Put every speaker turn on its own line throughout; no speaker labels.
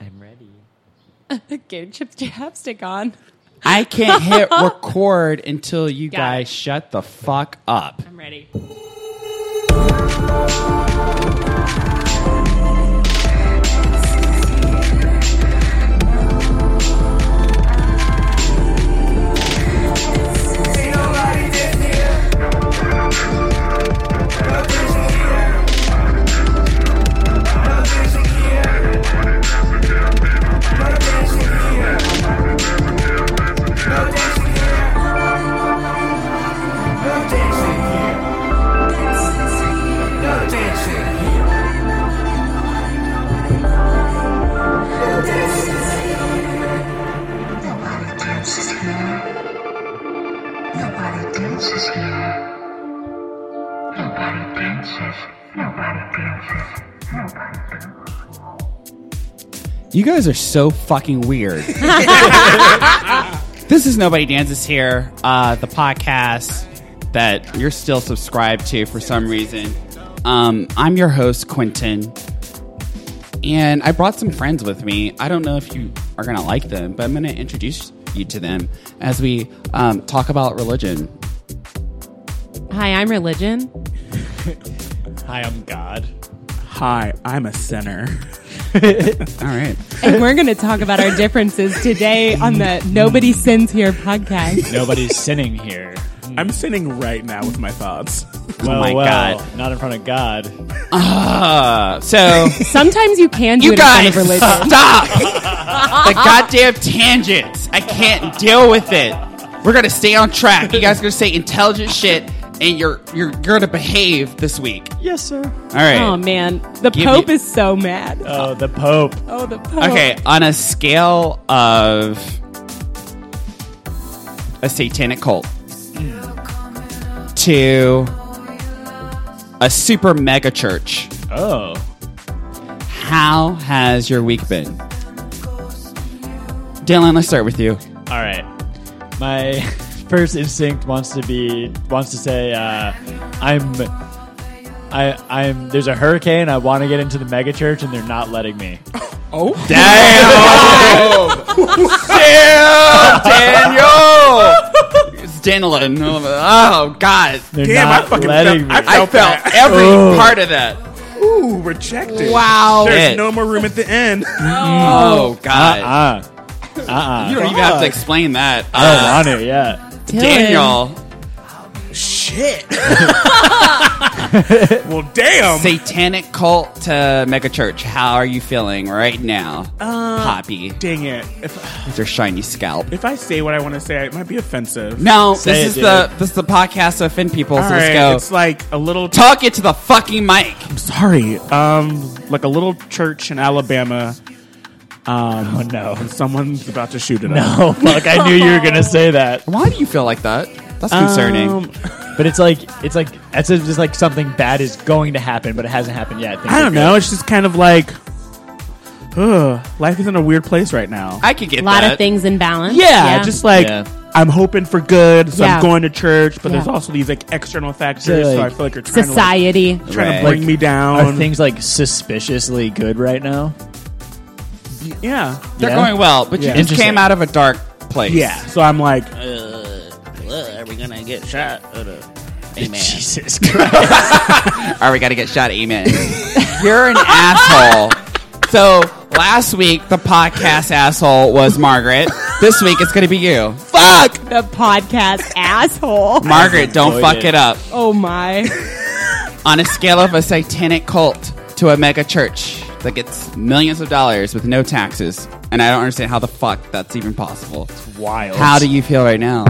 I'm ready.
Gator chips chapstick on.
I can't hit record until you
Got
guys
it.
shut the fuck up.
I'm ready.
Nobody dances here. Nobody dances here. Nobody dances. Nobody dances. Nobody dances.
You guys are so fucking weird. this is Nobody Dances Here, uh, the podcast that you're still subscribed to for some reason. Um, I'm your host, Quentin, and I brought some friends with me. I don't know if you are going to like them, but I'm going to introduce you to them as we um, talk about religion.
Hi, I'm Religion.
Hi, I'm God. Hi, I'm a sinner.
All right.
And we're going to talk about our differences today on the Nobody Sins Here podcast.
Nobody's sinning here.
I'm sinning right now with my thoughts.
Well,
my
well,
God.
Not in front of God.
Uh, so.
Sometimes you can do
You
it in
guys,
front of religion.
stop! the goddamn tangents. I can't deal with it. We're gonna stay on track. You guys are gonna say intelligent shit, and you're you're gonna behave this week.
Yes, sir.
All right.
Oh, man. The
Give
Pope
me- Uh,
is so mad.
Oh, the Pope.
oh, the Pope.
okay, on a scale of a satanic cult to a super mega church,
Oh.
how has your week been? Dylan, let's start with you.
All right. My first instinct wants to be wants to say uh, I'm I I'm there's a hurricane. I want to get into the mega church and they're not letting me.
Damn! Damn, Daniel! It's Daniel. Oh, God.
They're
Damn, I
not
fucking
letting
felt-
me.
I felt
bad.
every part of that.
Ooh, rejected.
Wow.
There's no more room at the end.
oh, God.
uh
you don't even have to explain that.
I
Ah.
Uh,
want it. Yeah.
Dylan.
Daniel,
Shit. well, damn.
satanic cult to megachurch. How are you feeling right now, Poppy?
Dang it. If,
With your shiny scalp.
if I say what I want to say, it might be offensive.
No,
Say
this is
it,
the this is the podcast to offend people.
All
so
right,
let's
it's
go.
like a little.
Talk it to the fucking mic.
sorry. Um, like a little church in Alabama. Um,
Oh no.
someone's about to shoot it up.
No. Oh, Fuck. I knew you were gonna say that.
Why do you feel like that? That's concerning.
Um,
But it's like it's like it's just like something bad is going to happen, but it hasn't happened yet. Things
I
are
don't
good.
know. It's just kind of like, ugh, life is in a weird place right now.
I could get
A lot
that.
of things in balance.
yeah, just like
Yeah.
I'm hoping for good, so
Uh-huh. Yeah.
I'm going to church, but there's
Yeah.
also these like external factors,
So,
so, I
like,
feel like you're trying
society.
to like, trying
Right.
to bring
Like,
me
Are
down.
things like suspiciously good right now?
yeah,
They're
Yeah?
going well, but
Yeah.
you just came
Interesting.
out of a dark place.
yeah. So I'm like,
Are we gonna get shot? Or the- Amen.
Jesus Christ.
All right, we got to get shot. Amen. You're an asshole. So last week the podcast asshole was Margaret. This week it's going to be you. Fuck,
The podcast asshole.
Margaret. Don't
enjoyed
fuck
it.
it up.
Oh, my.
On a scale of a satanic cult to a mega church that gets millions of dollars with no taxes, and I don't understand how the fuck that's even possible.
Wild.
How do you feel right now?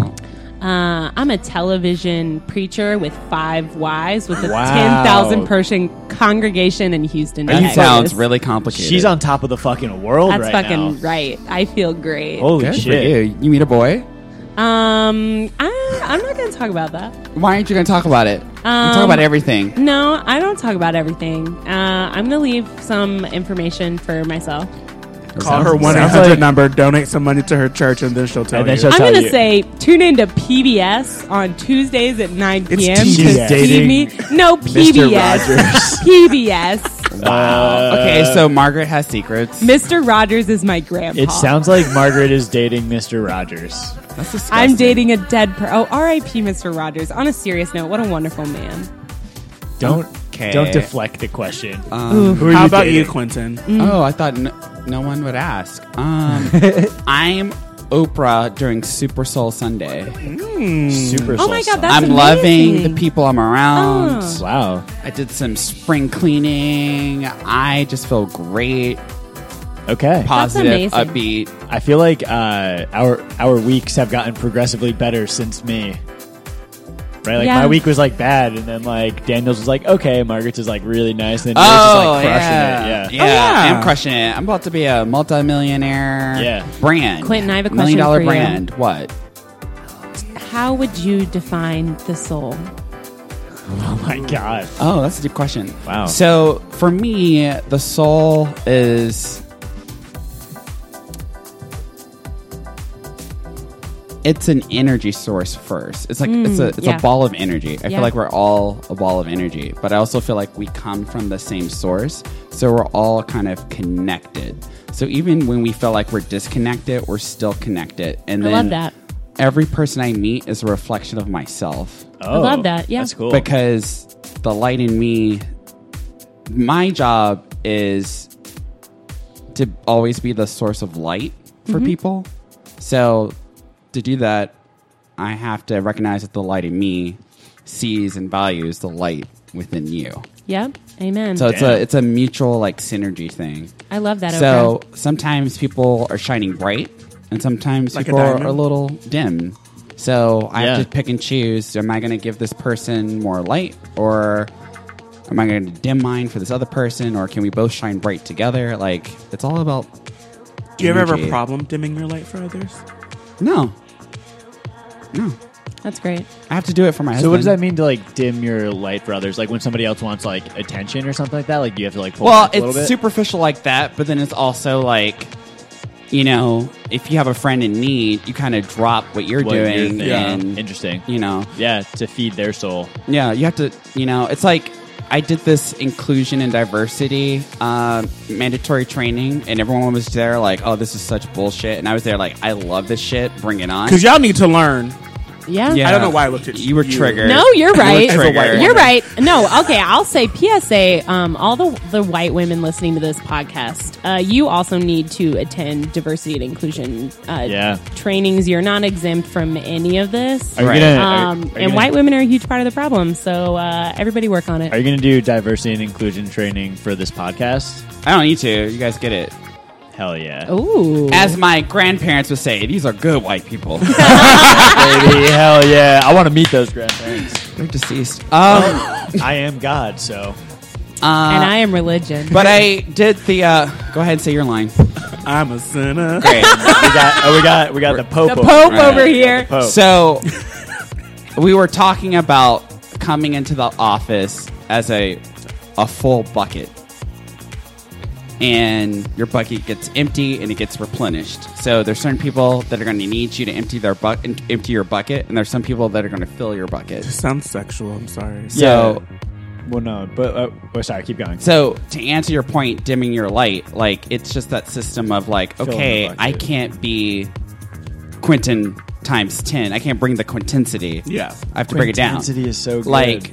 Uh, I'm a television preacher with five wives with a
Wow.
10,000 person congregation in Houston.
That
Texas.
sounds really complicated.
She's on top of the fucking world
That's
right
fucking
now. Oh.
right. I feel great.
Holy
Good for
shit.
you. You meet a boy.
Um, I, I'm not going to talk about that.
Why aren't you going to talk about it? you talk
Um,
about everything.
No, I don't talk about everything. Uh, I'm going to leave some information for myself.
call her one eight
sounds
hundred
like-
number, donate some money to her church, and then she'll tell
And then
you.
she'll-
I'm
tell
going to
you.
say tune into PBS on Tuesdays at 9
It's
p.m. to
TBS.
see me. No, PBS.
Rogers.
PBS.
Wow. okay, so Margaret has secrets.
Mr. Rogers is my grandpa.
It sounds like Margaret is dating Mr. Rogers.
That's disgusting.
I'm dating a dead per. Oh, R.I.P. Mr. Rogers. On a serious note, what a wonderful man.
Don't
Okay. Um,
don't deflect the question.
Ooh. Mm-hmm.
Who are
How
you
about
dating?
you, Quentin?
Oh, I thought no, no one would ask. Um, I'm Oprah during Super Soul Sunday.
Super
Oh my
soul
god, that's
I'm
amazing.
loving the people I'm around.
Oh.
song. wow.
I did some spring cleaning. I just feel great,
Okay.
positive,
amazing.
upbeat.
I feel like uh, our our weeks have gotten progressively better since me. Right, like
Yeah.
my week was like bad, and then like Daniels was like okay, Margaret's is like really nice, and then Daniels is
Oh,
like crushing
yeah.
it. Yeah,
Oh,
yeah.
yeah.
I'm crushing it. I'm about to be a multimillionaire
Yeah.
brand.
Quentin, I have a
Million
question
dollar
for you.
brand. What?
How would you define the soul?
Oh my god,
Oh, that's a deep question.
Wow.
So for me, the soul is. It's an energy source first. It's like it's a it's
Mm, yeah.
a ball of energy. I
Yeah.
feel like we're all a ball of energy, but I also feel like we come from the same source, so we're all kind of connected. So even when we feel like we're disconnected, we're still connected. And
I
then
love that.
every person I meet is a reflection of myself
oh,
love that, yeah.
that's cool.
because the light in me my job is to always be the source of light for people so to do that i have to recognize that the light in me sees and values the light within you
Yep. Amen.
so it's
Damn.
a it's a mutual like synergy thing
I love that.
so sometimes people are shining bright, and sometimes
Like a
people are
diamond?
a little dim. So I
Yeah.
have to pick and choose. Am I going to give this person more light, or am I going to dim mine for this other person, or can we both shine bright together? Like it's all about.
Do you ever have a
energy.
problem dimming your light for others?
No, no.
Oprah. that's great.
I have to do it for my husband.
so what does that mean to like dim your light for others? Like when somebody else wants like attention or something like that, like you have to like pull
Well,
back a little
it's
bit.
superficial like that, but then it's also like, you know, if you have a friend in need, you kind of drop what you're
What you're
doing,
thinking.
and
Interesting.
you know,
yeah, to feed their soul.
Yeah, you have to, you know, it's like I did this inclusion and diversity uh, mandatory training, and everyone was there like, oh, this is such bullshit. And I was there like, I love this shit, bring it on.
Because y'all need to learn.
Yeah.
Yeah.
I don't know why I looked at
You were
you.
triggered.
No, you're right.
You were triggered.
You're right. No, okay. I'll say PSA. Um, all the the white women listening to this podcast, uh, you also need to attend diversity and inclusion uh,
Yeah.
trainings. You're not exempt from any of this.
Are
Right.
you gonna? are-
Um,
are you
and
gonna-
white women are a huge part of the problem. So uh, everybody work on it.
Are you going to do diversity and inclusion training for this podcast?
I don't need to. You guys get it.
Hell yeah.
Ooh.
As my grandparents would say, these are good white people.
baby. Hell yeah. I want to meet those grandparents.
They're deceased. Um,
I am God, so.
and I am religion.
uh, but I did the. Uh, go ahead and say your line.
I'm a sinner.
Great.
We got, oh, we got, we got the Pope.
the
over-
Pope
Right.
over here.
Pope.
So we were talking about coming into the office as a a full bucket. And your bucket gets empty and it gets replenished. So there's certain people that are going to need you to empty their buck empty your bucket, and there's some people that are going to fill your bucket.
Sounds sexual. I'm sorry.
So
well, no, but uh, oh, sorry, keep going.
so to answer your point, dimming your light, like it's just that system of like,
in the
okay,
bucket.
I can't be Quentin times ten. I can't bring the quintensity.
Yeah.
I have to break it down.
Quintensity is so good.
Like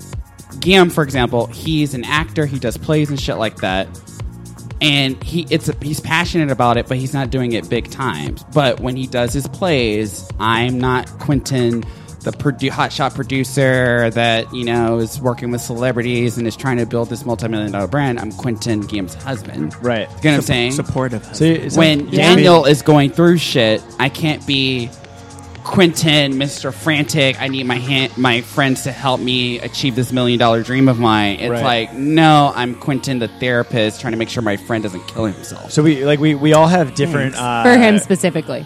Guillaume, for example, he's an actor. He does plays and shit like that. And he it's a, he's passionate about it, but he's not doing it big times. But when he does his plays, I'm not Quentin, the produ- hotshot producer that you know is working with celebrities and is trying to build this multi-million dollar brand. I'm Quentin Guillaume's husband.
Right.
You know what I'm saying?
Supportive.
So you- so-
when
yeah.
Daniel is going through shit, I can't be Quentin, Mr. Frantic. I need my hand, my friends to help me achieve this million dollar dream of mine. It's
Right.
like, no, I'm Quentin, the therapist, trying to make sure my friend doesn't kill himself.
So we like we, we all
Mm.
have different uh,
For him specifically.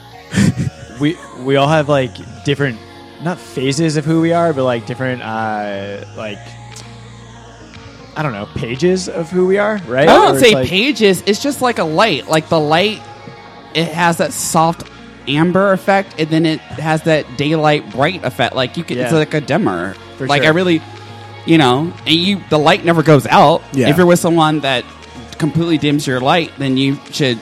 we we all have like different not phases of who we are but like different uh like i don't know pages of who we are right
I
Or
don't say
like-
pages. It's just like a light. Like the light, it has that soft amber effect, and then it has that daylight bright effect. Like you can, it's
Yeah.
like a dimmer.
For
like
sure.
I really, you know, and you the light never goes out.
Yeah.
If you're with someone that completely dims your light, then you should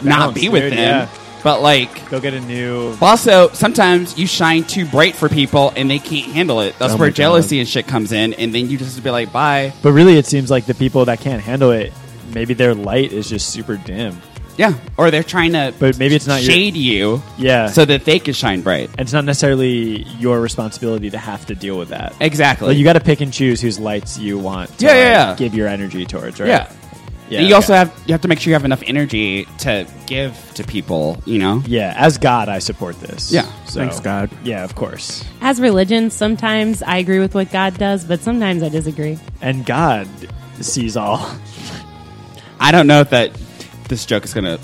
not
Balance,
be with
dude,
them.
yeah.
But like,
Go get a new.
also sometimes you shine too bright for people and they can't handle it. That's
Oh
where
my God.
jealousy and shit comes in, and then you just be like, bye.
But really, it seems like the people that can't handle it, maybe their light is just super dim.
Yeah, or they're trying to,
But maybe it's not your-
shade you,
Yeah.
so that they can shine bright.
and it's not necessarily your responsibility to have to deal with that.
Exactly.
Like you got to pick and choose whose lights you want. To
Yeah, yeah,
like,
yeah.
Give your energy towards, right?
yeah.
yeah.
you
okay.
also have you have to make sure you have enough energy to give to people. You know.
Yeah, as God, I support this.
Yeah.
So-
Thanks, God.
Yeah, of course.
As religion, sometimes I agree with what God does, but sometimes I disagree.
And God sees all.
I don't know if that this joke is gonna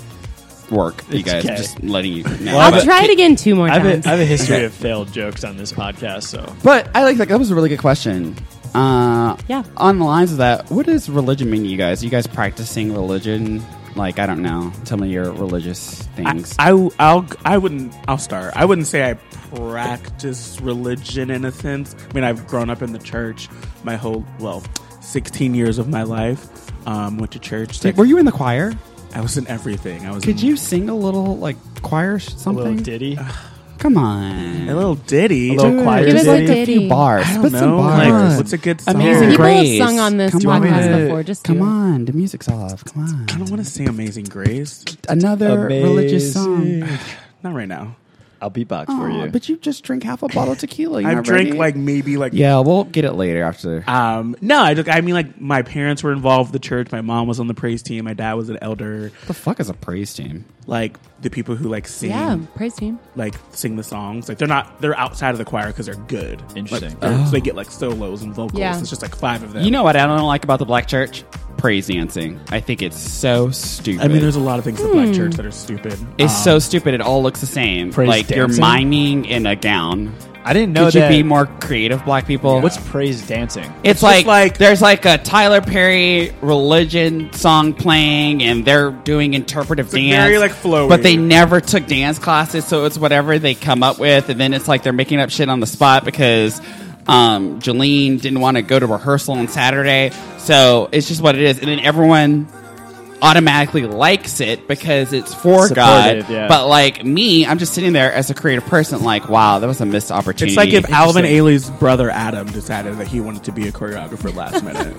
work. You
It's
guys,
okay.
just letting you. know.
I'll
I'll
but,
try it again two more
I have,
times.
a, I have a history of failed jokes on this podcast, so
but I like that. That was a really good question. Uh,
Yeah.
On the lines of that, what does religion mean to you guys? Are you guys practicing religion? Like, I don't know. Tell me your religious
I,
things.
I I'll I wouldn't I'll start. I wouldn't say I practice religion in a sense. I mean, I've grown up in the church my whole well, sixteen years of my life. Um, went to church.
Did- were you in the choir?
I was in everything. I was.
Could
in
you sing a little like choir sh-
a little
something?
ditty.
Come on,
a little
A
ditty?
little
Dude,
choir
give
us a
us a
ditty.
few bars.
I don't
Put some
know.
bars.
Like,
Come on.
what's a good song?
Amazing People have
Grace.
sung on this
Come on.
podcast before. Just
Come
do it.
on, the music's off. Come on,
I don't want to sing Amazing Grace.
another religious song.
Not right now.
I'll beatbox for
Aw,
you.
But you just drink half a bottle of tequila.
I've drank like maybe like
yeah. We'll get it later after.
Um, no, I just, I mean, like my parents were involved with the church. My mom was on the praise team. My dad was an elder.
the fuck is a praise team?
Like the people who like sing,
Yeah, praise team.
like sing the songs. Like they're not they're outside of the choir because they're good.
Interesting.
Like, they're- so they get like solos and vocals.
Yeah.
It's just like five of them.
You know what I don't like about the black church? Praise dancing. I think it's so stupid.
I mean, there's a lot of things in the black church that are stupid.
it's
Um,
so stupid. It all looks the same.
Praise
like you're
dancing?
miming in a gown.
I didn't know
Could
that-
you be more creative, black people?
What's praise dancing?
It's,
just
like,
like-
there's like a Tyler Perry religion song playing, and they're doing interpretive
like
dance,
very, like, flowy.
But they never took dance classes, so it's whatever they come up with, and then it's like they're making up shit on the spot because um, Jolene didn't want to go to rehearsal on Saturday, so it's just what it is, and then everyone automatically likes it because it's for
Supportive,
God.
yeah.
But like me, I'm just sitting there as a creative person, like, wow, that was a missed opportunity.
Uh, It's like if Alvin
Interesting.
Ailey's brother Adam decided that he wanted to be a choreographer last minute.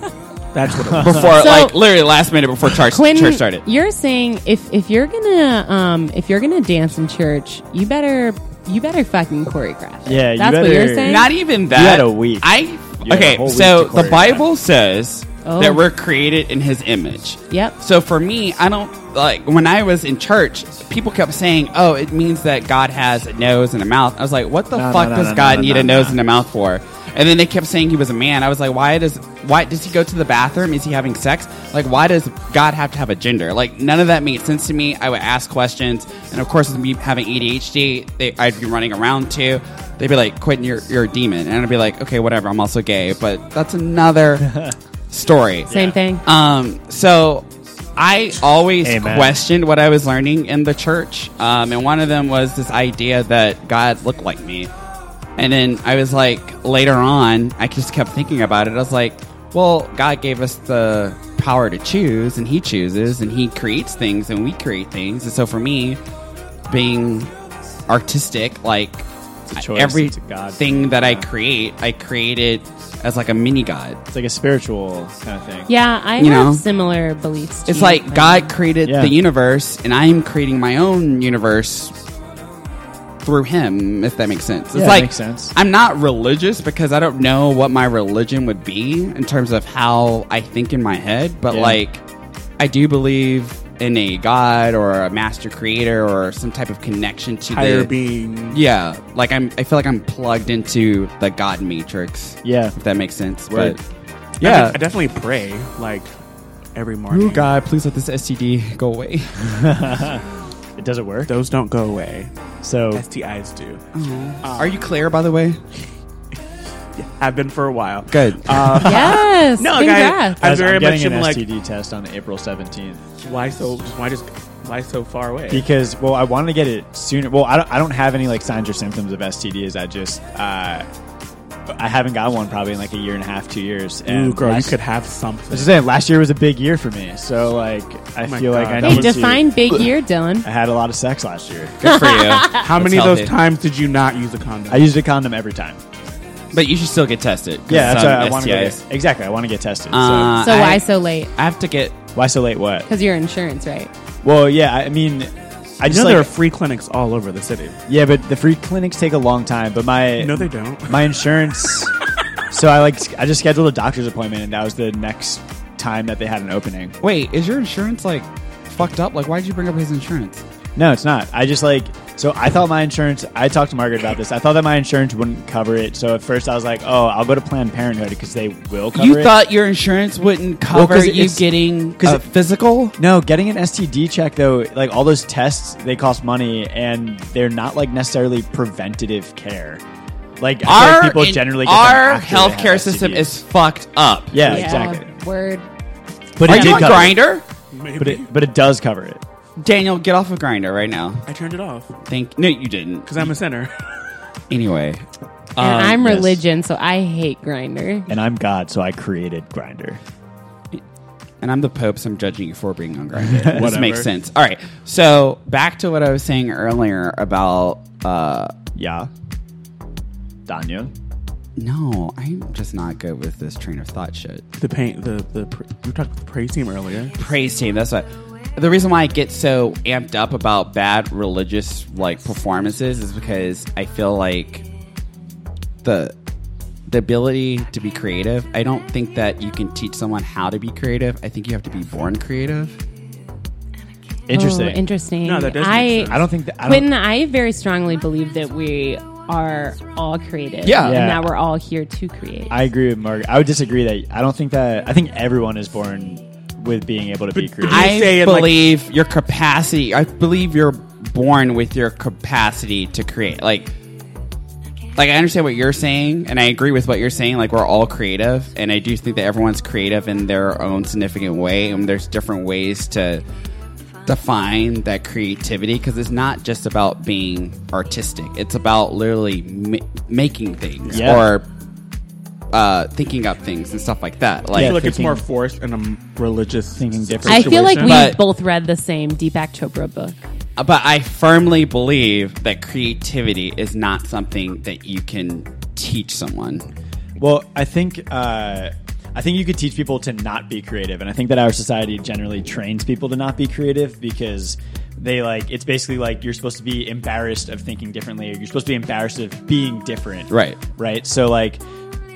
That's what it was.
before,
So-
like literally last minute before church,
Quinn,
church started.
you're saying if if you're gonna um if you're gonna dance in church, you better you better fucking choreograph. it.
Yeah, you
that's what
better-
you're saying.
Not even that.
had a week.
I
had a
okay.
whole
So
week to
the
choreograph.
Bible says
Oh.
that we're created in His image.
Yep.
So for me, I don't like when I was in church. People kept saying, "Oh, it means that God has a nose and a mouth." I was like, "What the
No,
fuck
no, no,
does
no,
God
no,
need
no,
a nose
no.
and a mouth for?" And then they kept saying he was a man. I was like, "Why does why does he go to the bathroom? Is he having sex? Like, why does God have to have a gender? Like, none of that made sense to me." I would ask questions, and of course, with me having ADHD, they, I'd be running around too. They'd be like, "Quentin, you're you're a demon," and I'd be like, "Okay, whatever. I'm also gay, but that's another story."
Same thing.
Um, so I always
Amen.
questioned what I was learning in the church. Um, and one of them was this idea that God looked like me. And then I was like, later on, I just kept thinking about it. I was like, well, God gave us the power to choose, and He chooses, and He creates things, and we create things. And so for me, being artistic, like
a choice.
every
It's a God.
thing that I
Yeah.
create, I create it as like a mini God.
It's like a spiritual kind of thing.
yeah, I
you
have
know.
similar beliefs. to
It's
you,
like
Quinn.
God created
Yeah.
the universe, and I'm creating my own universe through Him. If that makes sense, it's
Yeah, it
like
makes sense.
I'm not religious because I don't know what my religion would be in terms of how I think in my head, but
Yeah.
like I do believe in a God or a master creator or some type of connection to
Higher
the,
being.
Yeah, like I'm. I feel like I'm plugged into the God matrix.
Yeah.
if that makes sense.
Word.
But
I
yeah,
de- I definitely pray like every morning.
Ooh, God, please let this STD go away.
It doesn't work.
Those don't go away.
So
STIs do.
Are you clear, by the way?
Have been for a while.
Good.
Yes.
No, guy-
congrats.
I
guys,
very
I'm
much
getting
am
an
like-
STD test on April 17th.
Why so? Why just? Why so far away?
because well i wanted to get it sooner well i don't, I don't have any like signs or symptoms of stds i just uh, I haven't got one probably in like a year and a half, two years. And
Ooh, girl,
last-
you could have
I was
something.
just saying, last year was a big year for me. So like, I
Oh my
feel like
God.
I
That
need
Hey, define big year, Dylan.
to. I had a lot of sex last year.
Good for you.
How many of
That's
those
healthy.
times did you not use a condom?
I used a condom every time.
But you should still get tested. 'cause um,
Yeah, that's
some
why I want to
STIs.
get exactly. I want to get tested.
Uh,
So
I-
why so late?
I have to get.
so why so late? What?
Because your insurance, right?
Well, yeah. I mean, I
you
just
know there are
like,
free clinics all over the city.
yeah, but the free clinics take a long time. But my
No, they don't.
my insurance. so I like I just scheduled a doctor's appointment, and that was the next time that they had an opening.
Wait, is your insurance like fucked up? Like, why did you bring up his insurance?
No, it's not. I just like so I thought my insurance. I talked to Margaret about this. I thought that my insurance wouldn't cover it. So at first I was like, oh, I'll go to Planned Parenthood because they will cover
you
it.
thought your insurance wouldn't cover
'cause
you
it's-
getting
'cause
a
it-
physical?
no, getting an STD check though, like all those tests, they cost money, and they're not like necessarily preventative care. Like I feel like people
in-
generally, get them
our
after they have
healthcare system
STDs.
is fucked up.
yeah, exactly.
Word.
But
Are
it
you
did
on
cover. it.
grinder?
Maybe.
But it, but it does cover it.
Daniel, get off of grinder right now.
I turned it off
Thank. No, you didn't.
because I'm a sinner.
Anyway,
And
Um,
I'm
yes.
religion, so I hate grinder.
And I'm God, so I created Grinder.
and I'm the Pope, so I'm judging you for being on Grindr. this
Whatever.
makes sense. All right, so back to what I was saying earlier about uh,
Yeah. Daniel.
no, I'm just not good with this train of thought shit.
the paint, the the pr- you talked about the praise team earlier.
Praise team. That's what. The reason why I get so amped up about bad religious like performances is because I feel like the the ability to be creative. I don't think that you can teach someone how to be creative. I think you have to be born creative.
Interesting.
Oh, interesting.
No, that does make
I,
sense.
I don't think that. I don't,
Quentin, I very strongly believe that we are all creative.
Yeah.
And
Yeah.
that we're all here to create.
I agree with Margaret. I would disagree that I don't think that. I think everyone is born with being able to be creative.
I say
I
it like-
believe your capacity. I believe you're born with your capacity to create. Like, like I understand what you're saying, and I agree with what you're saying. Like, we're all creative, and I do think that everyone's creative in their own significant way, and there's different ways to define that creativity because it's not just about being artistic. It's about literally ma- making things
Yeah.
or uh, thinking up things and stuff like that. Like,
I feel like it's
thinking-
more forced in a m- religious
Thinking different.
I
situation.
feel like we
But-
both read the same Deepak Chopra book.
but I firmly believe that creativity is not something that you can teach someone.
Well, I think uh, I think you could teach people to not be creative, and I think that our society generally trains people to not be creative because they like it's basically like you're supposed to be embarrassed of thinking differently, or you're supposed to be embarrassed of being different,
Right.
Right. So like,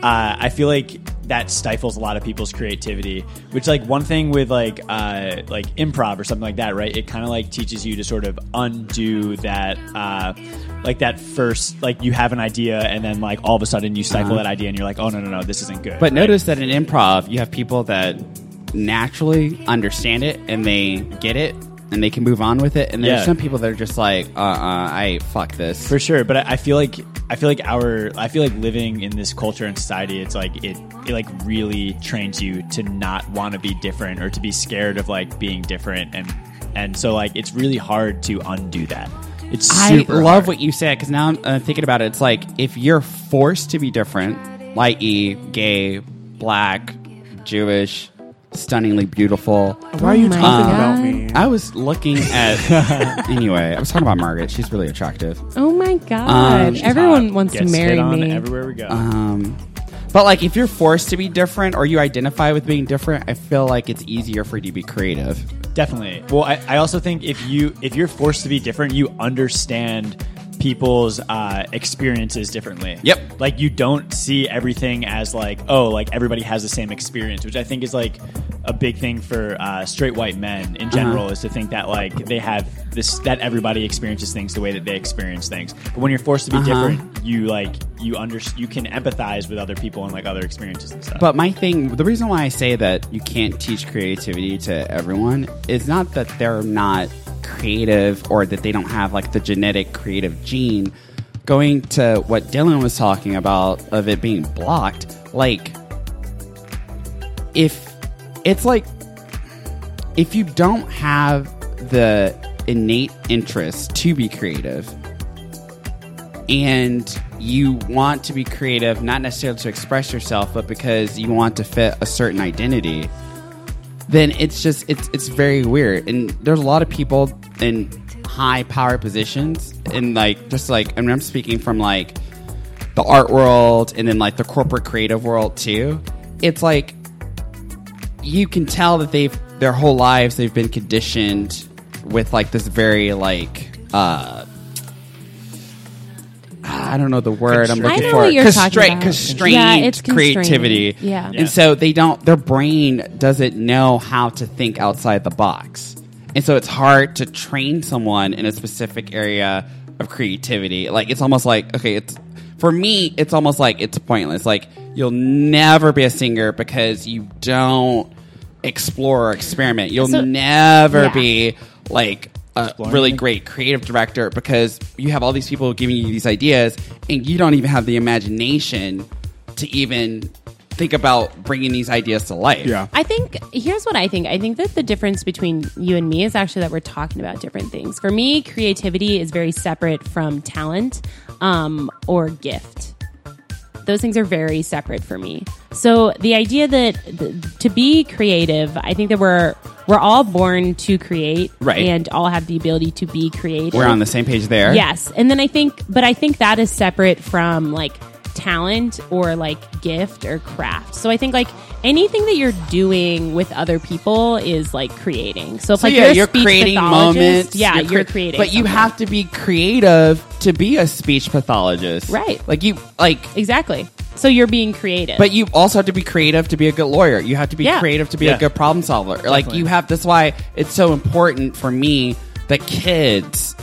uh, I feel like that stifles a lot of people's creativity. Which like one thing with like uh, like improv or something like that, right? It kind of like teaches you to sort of undo that uh, like that first like you have an idea and then like all of a sudden you stifle that idea and you're like, oh no no no, this isn't good.
But notice that in improv, you have people that naturally understand it and they get it and they can move on with it. And there's
Yeah.
some people that are just like, uh uh I fuck this.
For sure, but I I feel like I feel like our I feel like living in this culture and society, it's like it it like really trains you to not want to be different or to be scared of like being different and and so like it's really hard to undo that. It's
I
super
love
hard.
what you said because now I'm uh, thinking about it. It's like if you're forced to be different, i.e., gay, black, Jewish, stunningly beautiful.
Why are you
Oh my
talking
God.
about me?
I was looking at. anyway, I was talking about Margaret. She's really attractive.
Oh my God.
she's
Everyone
Um, Uh,
wants to
gets hit
marry
on
me. Uh-huh.
everywhere we go.
Um, but like, if you're forced to be different or you identify with being different, I feel like it's easier for you to be creative.
Definitely. Well, I, I also think if you if you're forced to be different, you understand people's uh, experiences differently.
Yep.
Like you don't see everything as like oh like everybody has the same experience, which I think is like a big thing for uh, straight white men in
Uh-huh.
general is to think that like they have this that everybody experiences things the way that they experience things. But when you're forced to be
Uh-huh.
different, you like you under you can empathize with other people and like other experiences and stuff.
But my thing, the reason why I say that you can't teach creativity to everyone is not that they're not creative or that they don't have like the genetic creative gene. Going to what Dylan was talking about of it being blocked, like if it's like if you don't have the innate interest to be creative, and you want to be creative, not necessarily to express yourself, but because you want to fit a certain identity, then it's just it's it's very weird. And there's a lot of people in high power positions, and like just like I mean, I'm speaking from like the art world and then like the corporate creative world too. It's like you can tell that they've their whole lives they've been conditioned with like this very like uh I don't know the word I'm looking
I know
for.
what you're talking
Constraint-
about.
Constrained
Yeah, it's constrained.
creativity.
Yeah.
And so they don't their brain doesn't know how to think outside the box. And so it's hard to train someone in a specific area of creativity. Like it's almost like okay, it's for me it's almost like it's pointless. Like you'll never be a singer because you don't explore or experiment. You'll
So-
never
yeah.
be like a really great creative director because you have all these people giving you these ideas and you don't even have the imagination to even think about bringing these ideas to life.
Yeah.
I think here's what I think. I think that the difference between you and me is actually that we're talking about different things. For me, creativity is very separate from talent um, or gift. Those things are very separate for me. So the idea that th- to be creative, I think that we're we're all born to create,
Right.
and all have the ability to be creative.
We're on the same page there.
Yes. And then I think, but I think that is separate from like talent or like gift or craft. So I think like anything that you're doing with other people is like creating. So if
So
like
yeah,
you're, a
you're
speech
creating
pathologist,
moments.
Yeah, you're,
cre-
creating.
But you
something.
have to be creative to be a speech pathologist.
Right.
Like you like
exactly. So you're being creative.
But you also have to be creative to be a good lawyer. You have to be
Yeah.
creative to be
Yeah.
a good problem solver. Like you have that's why it's so important for me that kids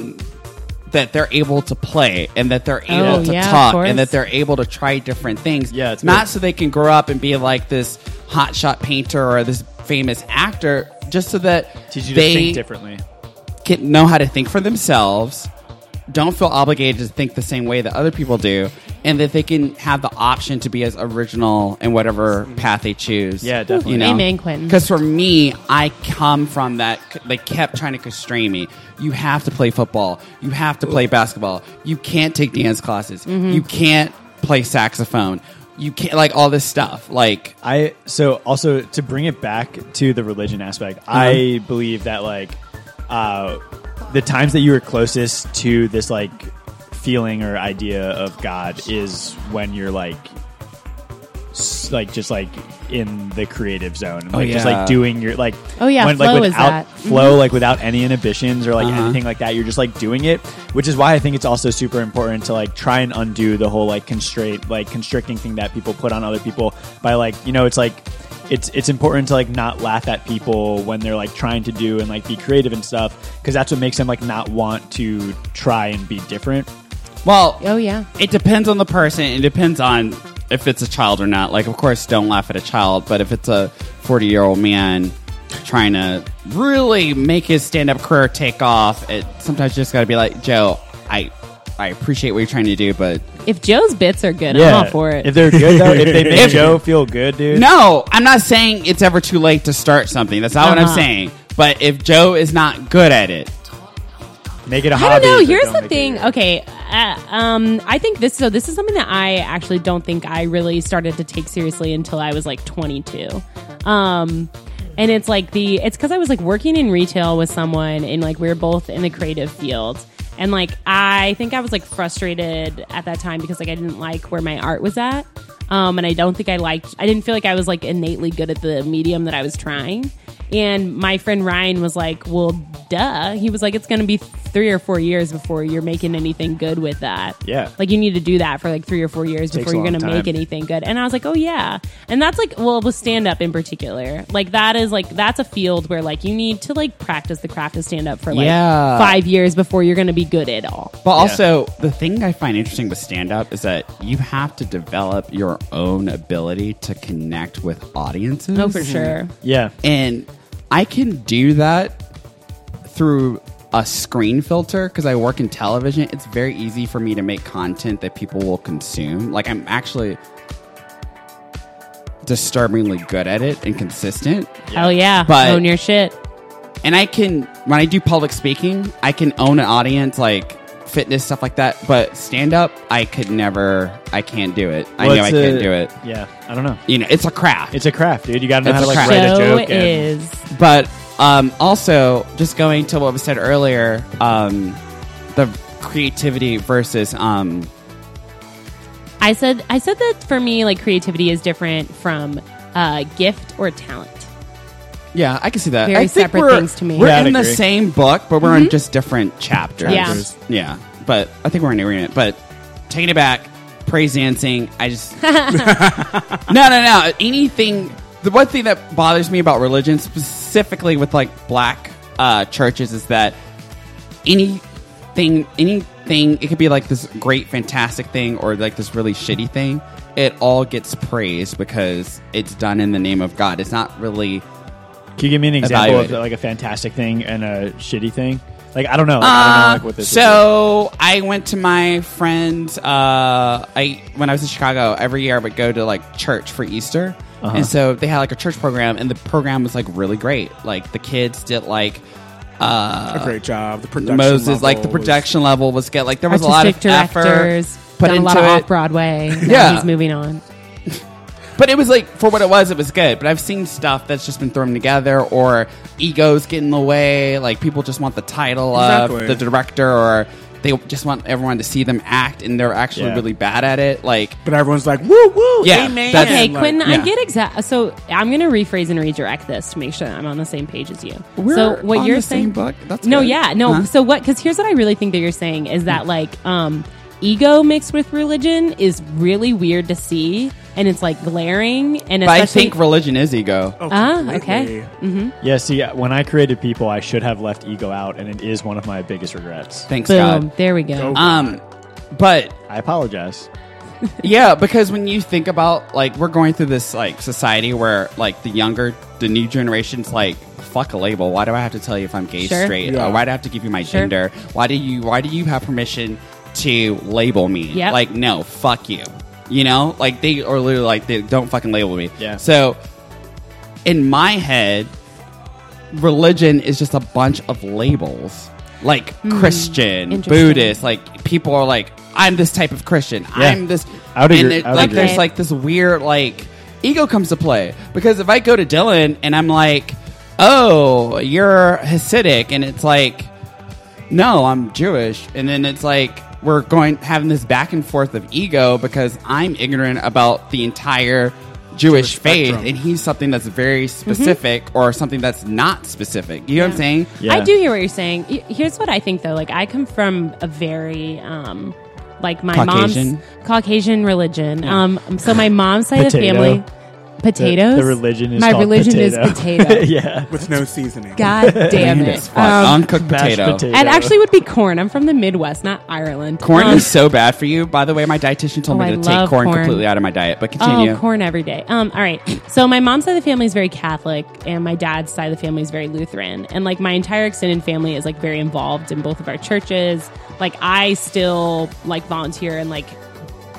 that they're able to play and that they're able to
Oh, yeah, of
talk
course.
and that they're able to try different things.
Yeah, it's
not
big.
so they can grow up and be like this hotshot painter or this famous actor, just so that
Teach you to
they
think differently.
can know how to think for themselves, don't feel obligated to think the same way that other people do, and that they can have the option to be as original in whatever path they choose.
Yeah, definitely.
Amen, Quentin.
Because for me, I come from that. They kept trying to constrain me. You have to play football. You have to play basketball. You can't take dance classes.
Mm-hmm.
You can't play saxophone. You can't like all this stuff. Like
I so also to bring it back to the religion aspect, I believe that like uh, the times that you were closest to this like feeling or idea of God is when you're like s- like just like in the creative zone and, like just
yeah.
like doing your like
Oh, yeah,
when,
flow
like
is
without
that. Mm-hmm.
flow like without any inhibitions or like
Uh-huh.
anything like that you're just like doing it which is why i think it's also super important to like try and undo the whole like constraint like constricting thing that people put on other people by like you know it's like it's it's important to like not laugh at people when they're like trying to do and like be creative and stuff because that's what makes them like not want to try and be different
Well,
Oh, yeah.
It depends on the person. It depends on if it's a child or not. Like, of course, don't laugh at a child. But if it's a forty-year-old man trying to really make his stand-up career take off, it sometimes you just got to be like, Joe, I, I appreciate what you're trying to do, but
if Joe's bits are good, I'm all for it.
if they're good though if they make
If-
joe feel good dude
no, I'm not saying it's ever too late to start something. That's not what I'm
Uh-huh.
saying. But if Joe is not good at it,
make it a
I
hobby
don't know.
but
Here's the
don't make it
thing.
your-
Okay, uh, um, I think this. So this is something that I actually don't think I really started to take seriously until I was like 22. Um, and it's like the it's because I was like working in retail with someone, and like we were both in the creative field. And like I think I was like frustrated at that time because like I didn't like where my art was at. Um, and I don't think I liked. I didn't feel like I was like innately good at the medium that I was trying. And my friend Ryan was like, "Well, duh." He was like, "It's going to be three or four years before you're making anything good with that."
Yeah.
like you need to do that for like three or four years
Takes
before
a
you're going
long
to make
time.
anything good. And I was like, "Oh yeah," and that's like, well, with stand up in particular, like that is like that's a field where like you need to like practice the craft of stand up for like
Yeah.
five years before you're going to be good at all.
But also, the thing I find interesting with stand up is that you have to develop your own ability to connect with audiences.
No, Oh, for sure.
yeah
And I can do that through a screen filter because I work in television. It's very easy for me to make content that people will consume. Like, I'm actually disturbingly good at it and consistent.
Oh yeah,
But-
own your shit.
And I can, when I do public speaking, I can own an audience like fitness stuff like that. But stand up, I could never. I can't do it. I
Well,
know I
it's
can't
a-
do it.
Yeah, I don't know.
You know, it's a craft.
It's a craft, dude. You got to
It's
know how
a
to like
craft.
write a
Show
joke. and-
is
But um, also, just going to what was said earlier, um, the creativity versus um,
I said I said that for me, like creativity is different from uh, gift or talent.
yeah, I can see that.
Very
I think
separate
we're-
things to me. Mm-hmm.
We're
Yeah, I'd
in the
agree.
same book, but we're in just different chapters.
Yeah.
yeah. But I think we're in agreement. But taking it back, praise dancing. I just no, no, no. Anything. The one thing that bothers me about religion, specifically with like black uh, churches, is that anything anything it could be like this great fantastic thing or like this really shitty thing it all gets praised because it's done in the name of god it's not really
Can you give me an example
Evaluate
of
it.
like a fantastic thing and a shitty thing? Like I don't know. Like, I don't know
Uh,
like, what this is.
so I went to my friend's. Uh, I when I was in Chicago, every year I would go to like church for Easter,
Uh-huh.
and so they had like a church program, and the program was like really great. Like the kids did like uh,
a great job. The production
Moses, like the
level was-
production level was get like there was a lot of
Artistic directors,
effort put
done
into
a lot of
it.
off Broadway.
Yeah.
yeah, he's moving on.
But it was like for what it was, it was good. But I've seen stuff that's just been thrown together, or egos get in the way. Like people just want the title
Exactly.
of the director, or they just want everyone to see them act, and they're actually
Yeah.
really bad at it. Like
But everyone's like, woo, woo,
Yeah,
amen.
that's-
Okay,
like-
Quinn,
yeah.
I get exact. So I'm going to rephrase and redirect this to make sure I'm on the same page as you.
We're
so what
on
you're
the same
saying,
book? That's
no,
good.
yeah, no.
Huh?
So what? Because here's what I really think that you're saying is that like um, ego mixed with religion is really weird to see, and it's like glaring. And
but I
especially-
think religion is ego.
Oh,
Ah,
completely.
okay.
yeah, see, uh, when I created people, I should have left ego out, and it is one of my biggest regrets.
Thanks
boom,
God.
there we go.
Go.
Um, but
I apologize.
yeah, because when you think about like we're going through this like society where like the younger, the new generation's like fuck a label. Why do I have to tell you if I'm gay,
Sure.
straight?
Yeah.
Uh, why do I have to give you my
Sure.
gender? Why do you? Why do you have permission to label me?
Yep.
Like no, fuck you. You know, like they are literally like they don't fucking label me.
Yeah.
So in my head, religion is just a bunch of labels like Christian,
Hmm. Interesting.
Buddhist. Like people are like, I'm this type of Christian.
Yeah.
I'm this.
I would
and
agree-
it-
I would
like
agree.
there's like this weird like ego comes to play because if I go to Dylan and I'm like, oh, you're Hasidic, and it's like, no, I'm Jewish, and then it's like we're going having this back and forth of ego because I'm ignorant about the entire. Jewish,
Jewish
faith,
spectrum.
and he's something that's very specific, or something that's not specific. You know what I'm saying?
Mm-hmm. Yeah.
I do hear what you're saying. Y- Here's what I think though. Like I come from a very um like my
Caucasian?
mom's Caucasian religion. Um so my mom's side
Potato.
of the family
The-
potatoes.
The, religion is
my
called
religion
potato.
is potato.
yeah,
With no seasoning.
God damn
It
it.
is fun.
Um,
Uncooked
mashed
potato.
potato.
and actually would be corn. I'm from the Midwest, not Ireland.
Corn
Um,
is so bad for you. By the way, my dietitian told
Oh,
me
I
to take
love
corn,
corn.
completely out of my diet, but continue.
Oh, corn every day. Um, all right. So my mom's side of the family is very Catholic, and my dad's side of the family is very Lutheran. And like my entire extended family is like very involved in both of our churches. Like I still like volunteer and like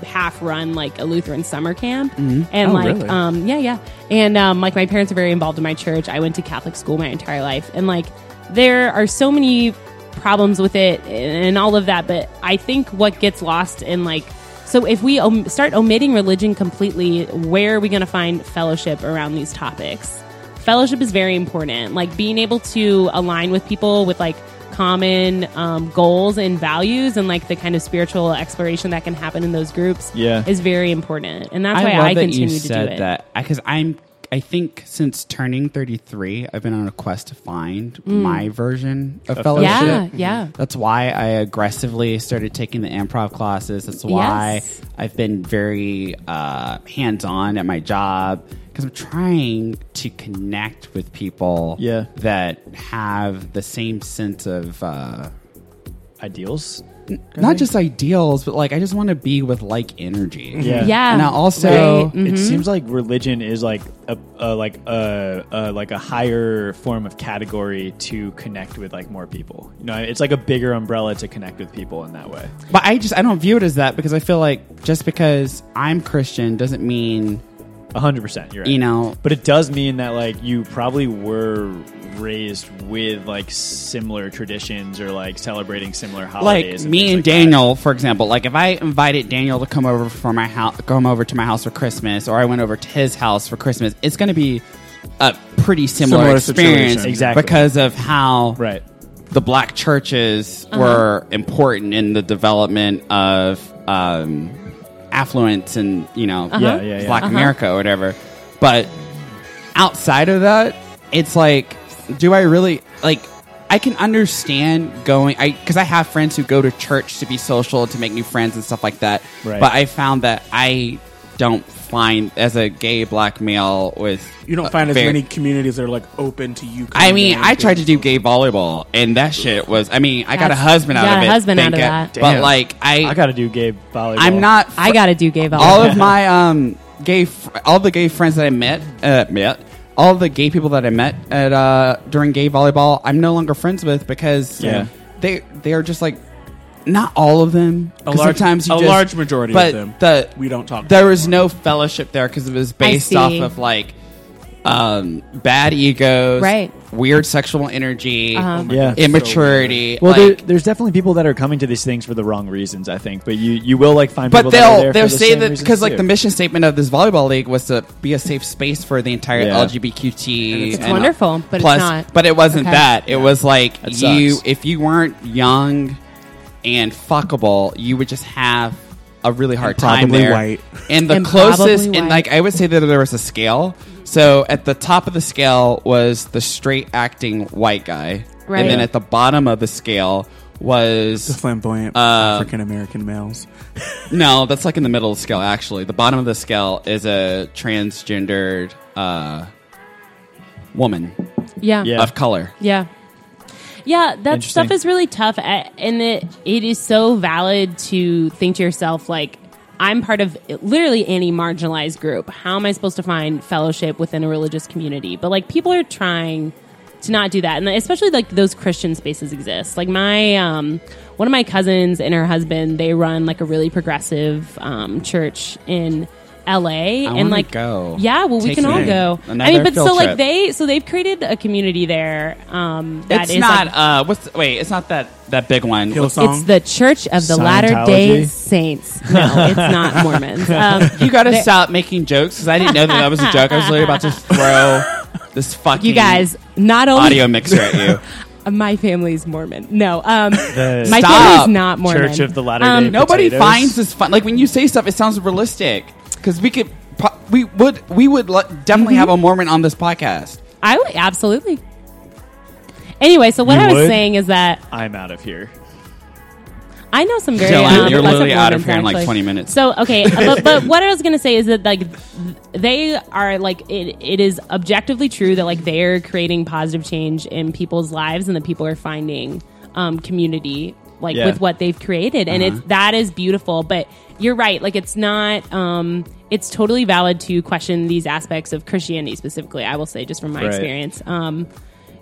half run like a Lutheran summer camp, and
Oh,
like
really?
um yeah yeah, and um like my parents are very involved in my church. I went to Catholic school my entire life, and like there are so many problems with it and and all of that. But I think what gets lost in like so if we om- start omitting religion completely, where are we going to find fellowship around these topics? Fellowship is very important. Like being able to align with people with like common um, goals and values and like the kind of spiritual exploration that can happen in those groups
Yeah.
is very important. And that's why
love
I
that
continue
you
to
said
do it.
that because I'm. I think since turning 33, I've been on a quest to find my version of fellowship.
Mm. Yeah, yeah.
That's why I aggressively started taking the improv classes. That's why
Yes.
I've been very uh, hands on at my job because I'm trying to connect with people
Yeah.
that have the same sense of. Uh,
ideals.
not just ideals, but like I just want to be with like energy.
Yeah.
Yeah.
And I also,
Right.
It seems like religion is like a, a like a, a like a higher form of category to connect with like more people. You know, it's like a bigger umbrella to connect with people in that way.
but I just I don't view it as that because I feel like just because I'm Christian doesn't mean
hundred percent. You're right.
You know-
but it does mean that like you probably were raised with like similar traditions or like celebrating similar
like
holidays.
me
things
and
like that.
Daniel, for example, like if I invited Daniel to come over for my house, come over to my house for Christmas, or I went over to his house for Christmas, it's going to be a pretty similar,
Similar
experience,
situation.
Exactly.
because of how
Right.
the black churches
Uh-huh.
were important in the development of um, affluence and you know
Uh-huh.
Yeah, yeah, yeah.
black America or whatever. But outside of that, it's like, do I really like? I can understand going, I because I have friends who go to church to be social, to make new friends and stuff like that.
Right.
But I found that I don't find as a gay black male with
You
uh,
don't find as
very-
many communities that are like open to you.
I
coming
mean,
in
I
and
tried to
being
do gay volleyball, and that shit was. I mean, I got a
That's-
husband
you
out
got
of
a
it.
husband
thank
out of
God.
that.
But like, I,
I gotta do gay volleyball.
I'm not.
I got to do gay volleyball.
all of my um gay, fr- all the gay friends that I met, uh, met all the gay people that I met at uh during gay volleyball, I'm no longer friends with because
Yeah.
they they are just like. Not all of them. 'cause
large-
sometimes you
a
just-
large majority of
but
them
The,
we don't talk to
There was no fellowship there because it was based
see.
off of like um, bad egos,
Right. Uh-huh.
Weird sexual energy,
Yeah.
immaturity.
Well,
like-
there, there's definitely people that are coming to these things for the wrong reasons, I think. But you, you will like find.
but
people that are
they'll
there
they'll
for the
say
same
that
reasons,
because like
too.
the mission statement of this volleyball league was to be a safe space for the entire
Yeah.
LGBTQT.
It's wonderful, but it's not.
But it wasn't
Okay.
that. It was like
That
you
sucks.
if you weren't young and fuckable, you would just have a really hard time
probably
there.
white.
And the
And
closest
probably
and
white.
like I would say that there was a scale. So at the top of the scale was the straight acting white guy,
Right.
and then at the bottom of the scale was
flamboyant
Uh,
African American males.
no, that's like in the middle of the scale, actually. The bottom of the scale is a transgendered uh, woman
yeah.
Yeah.
of color.
Yeah. Yeah, that
Interesting.
stuff is really tough, a- and it, it is so valid to think to yourself, like, I'm part of literally any marginalized group. How am I supposed to find fellowship within a religious community? But like, people are trying to not do that, and especially like those Christian spaces exist. Like my um, one of my cousins and her husband, they run like a really progressive um, church in L.A.
wanna
and like
go.
yeah, well, we
Take
can
me.
all go. I
Another
mean, but
field
so like
trip.
they so they've created a community there. Um, that
it's
is,
not.
like-
uh, what's wait? It's not that that big one.
Hillsong.
it's the Church of the Latter Day
Scientology?
Saints. No, it's not Mormons. Um,
you got to stop making jokes because I didn't know that that was a joke. I was literally about to throw this fucking
you guys, not only
Hmm. audio mixer at you.
my family's Mormon. No, um,
The
my
Stop.
family's not Mormon. Um,
Church of the Latter-day-
Nobody
Potatoes.
finds this fun. Like when you say stuff, it sounds realistic because we could. pro- We would we would le- definitely
Mm-hmm.
have a Mormon on this podcast.
I would absolutely. Anyway, so what
You
I was
would?
saying is that
I'm out of here.
I know some very.
Dylan,
um,
you're
lots
literally
of
out of
Mormons,
here in, like,
actually.
20 minutes.
So okay, but, but what I was gonna say is that like th- they are like it, it is objectively true that like they are creating positive change in people's lives and that people are finding um, community like
Yeah.
with what they've created and
Uh-huh.
it's that is beautiful. But you're right, like it's not. Um, it's totally valid to question these aspects of Christianity specifically. I will say just from my
Right.
experience. Um,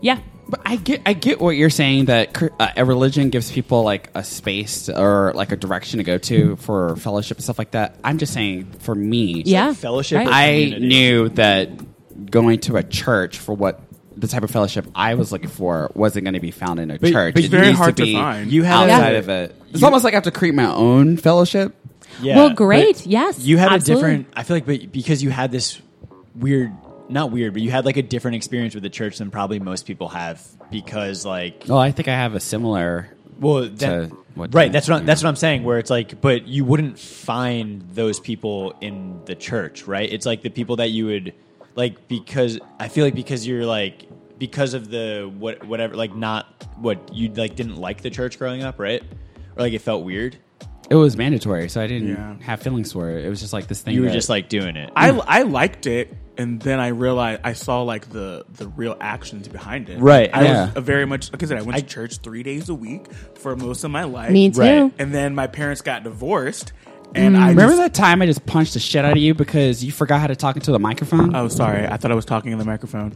yeah,
But I get, I get what you're saying that cr- uh, a religion gives people like a space or like a direction to go to for fellowship and stuff like that. I'm just saying, for me,
yeah,
fellowship
Right.
is-
I
Community.
knew that going to a church for what the type of fellowship I was looking for wasn't going to be found in a church.
but
It
very
needs
hard to
be
find.
You had
outside
a-
of it. It's almost like I have to create my own fellowship.
Yeah,
Well,
but
great, yes,
you had
absolutely.
a different. I feel like, but because you had this weird, not weird, but you had like a different experience with the church than probably most people have because, like,
Well, I think I have a similar.
well, that,
Oh, what-
right. That's what I'm, that's what I'm saying. Where it's like, but you wouldn't find those people in the church, right? It's like the people that you would like because I feel like because you're like because of the what whatever like not what you like didn't like the church growing up, right? Or like it felt weird.
It was mandatory, so I didn't
Yeah.
have feelings for it. It was just like this thing.
You were
that-
just like doing it.
I I liked it, and then I realized I saw like the the real actions behind it.
Right,
I
yeah.
was a very much like I said. I went to church three days a week for most of my life.
Me too. Mm.
Right.
And then my parents got divorced, and I
Remember
just-
that time I just punched the shit out of you because you forgot how to talk into the microphone?
Oh, sorry. I thought I was talking in the microphone.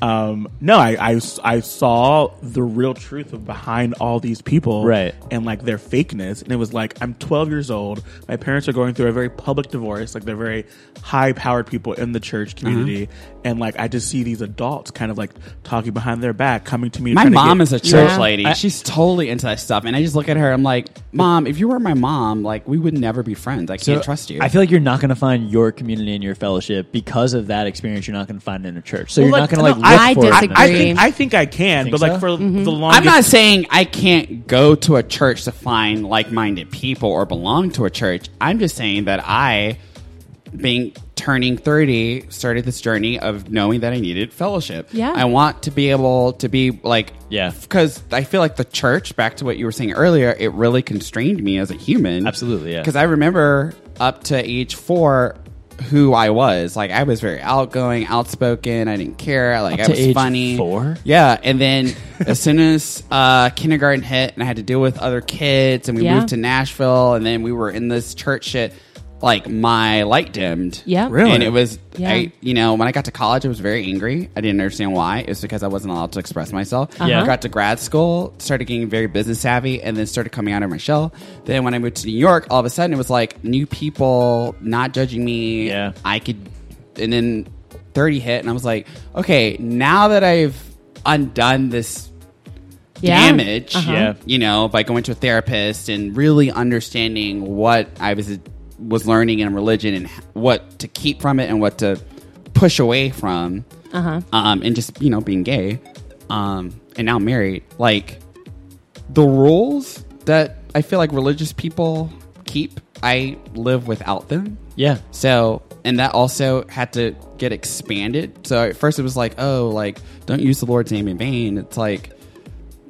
Um, no, I, I s- I saw the real truth of behind all these people,
Right.
And like their fakeness, and it was like I'm 12 years old. My parents are going through a very public divorce. Like they're very high-powered people in the church
Mm-hmm.
community, and like I just see these adults kind of like talking behind their back, coming to me.
my
trying to
mom
get-
is a church
Yeah.
lady.
I-
She's totally into that stuff. And I just look at her, I'm like, Mom, if you were my mom, like, we would never be friends. I can't trust you.
I feel like you're not going to find your community and your fellowship because of that experience. You're not going to find it in a church, so
Well,
you're
like,
not going to like
no,
look
I
for it.
disagree.
in a-
I think I think I can,
Think
but like
so?
for the longest,
Mm-hmm. I'm not saying I can't go to a church to find like minded people or belong to a church. I'm just saying that I, being turning 30, started this journey of knowing that I needed fellowship.
Yeah.
I want to be able to be like,
Yeah.
Because I feel like the church, back to what you were saying earlier, it really constrained me as a human.
Absolutely, yeah.
Because I remember up to age four, who I was like, I was very outgoing, outspoken. I didn't care. Like
Up
I
to
was
age
funny.
four?
Yeah, and then as soon as uh, kindergarten hit, and I had to deal with other kids, and we
Yeah.
moved to Nashville, and then we were in this church shit. Like my light dimmed.
Yep.
Really?
And it was,
Yeah.
I, you know, when I got to college, I was very angry. I didn't understand why. It was because I wasn't allowed to express myself.
Uh-huh.
Yeah.
I got to grad school, started getting very business savvy, and then started coming out of my shell. Then when I moved to New York, all of a sudden it was like new people not judging me.
Yeah.
I could, and then 30 hit, and I was like, okay, now that I've undone this
Yeah.
damage,
Uh-huh.
Yeah.
you know, by going to a therapist and really understanding what I was was learning in religion and what to keep from it and what to push away from,
Uh-huh.
um, and just you know being gay, um, and now married, like the rules that I feel like religious people keep, I live without them.
yeah,
So, and that also had to get expanded. So at first it was like, oh, like, don't use the Lord's name in vain. It's like,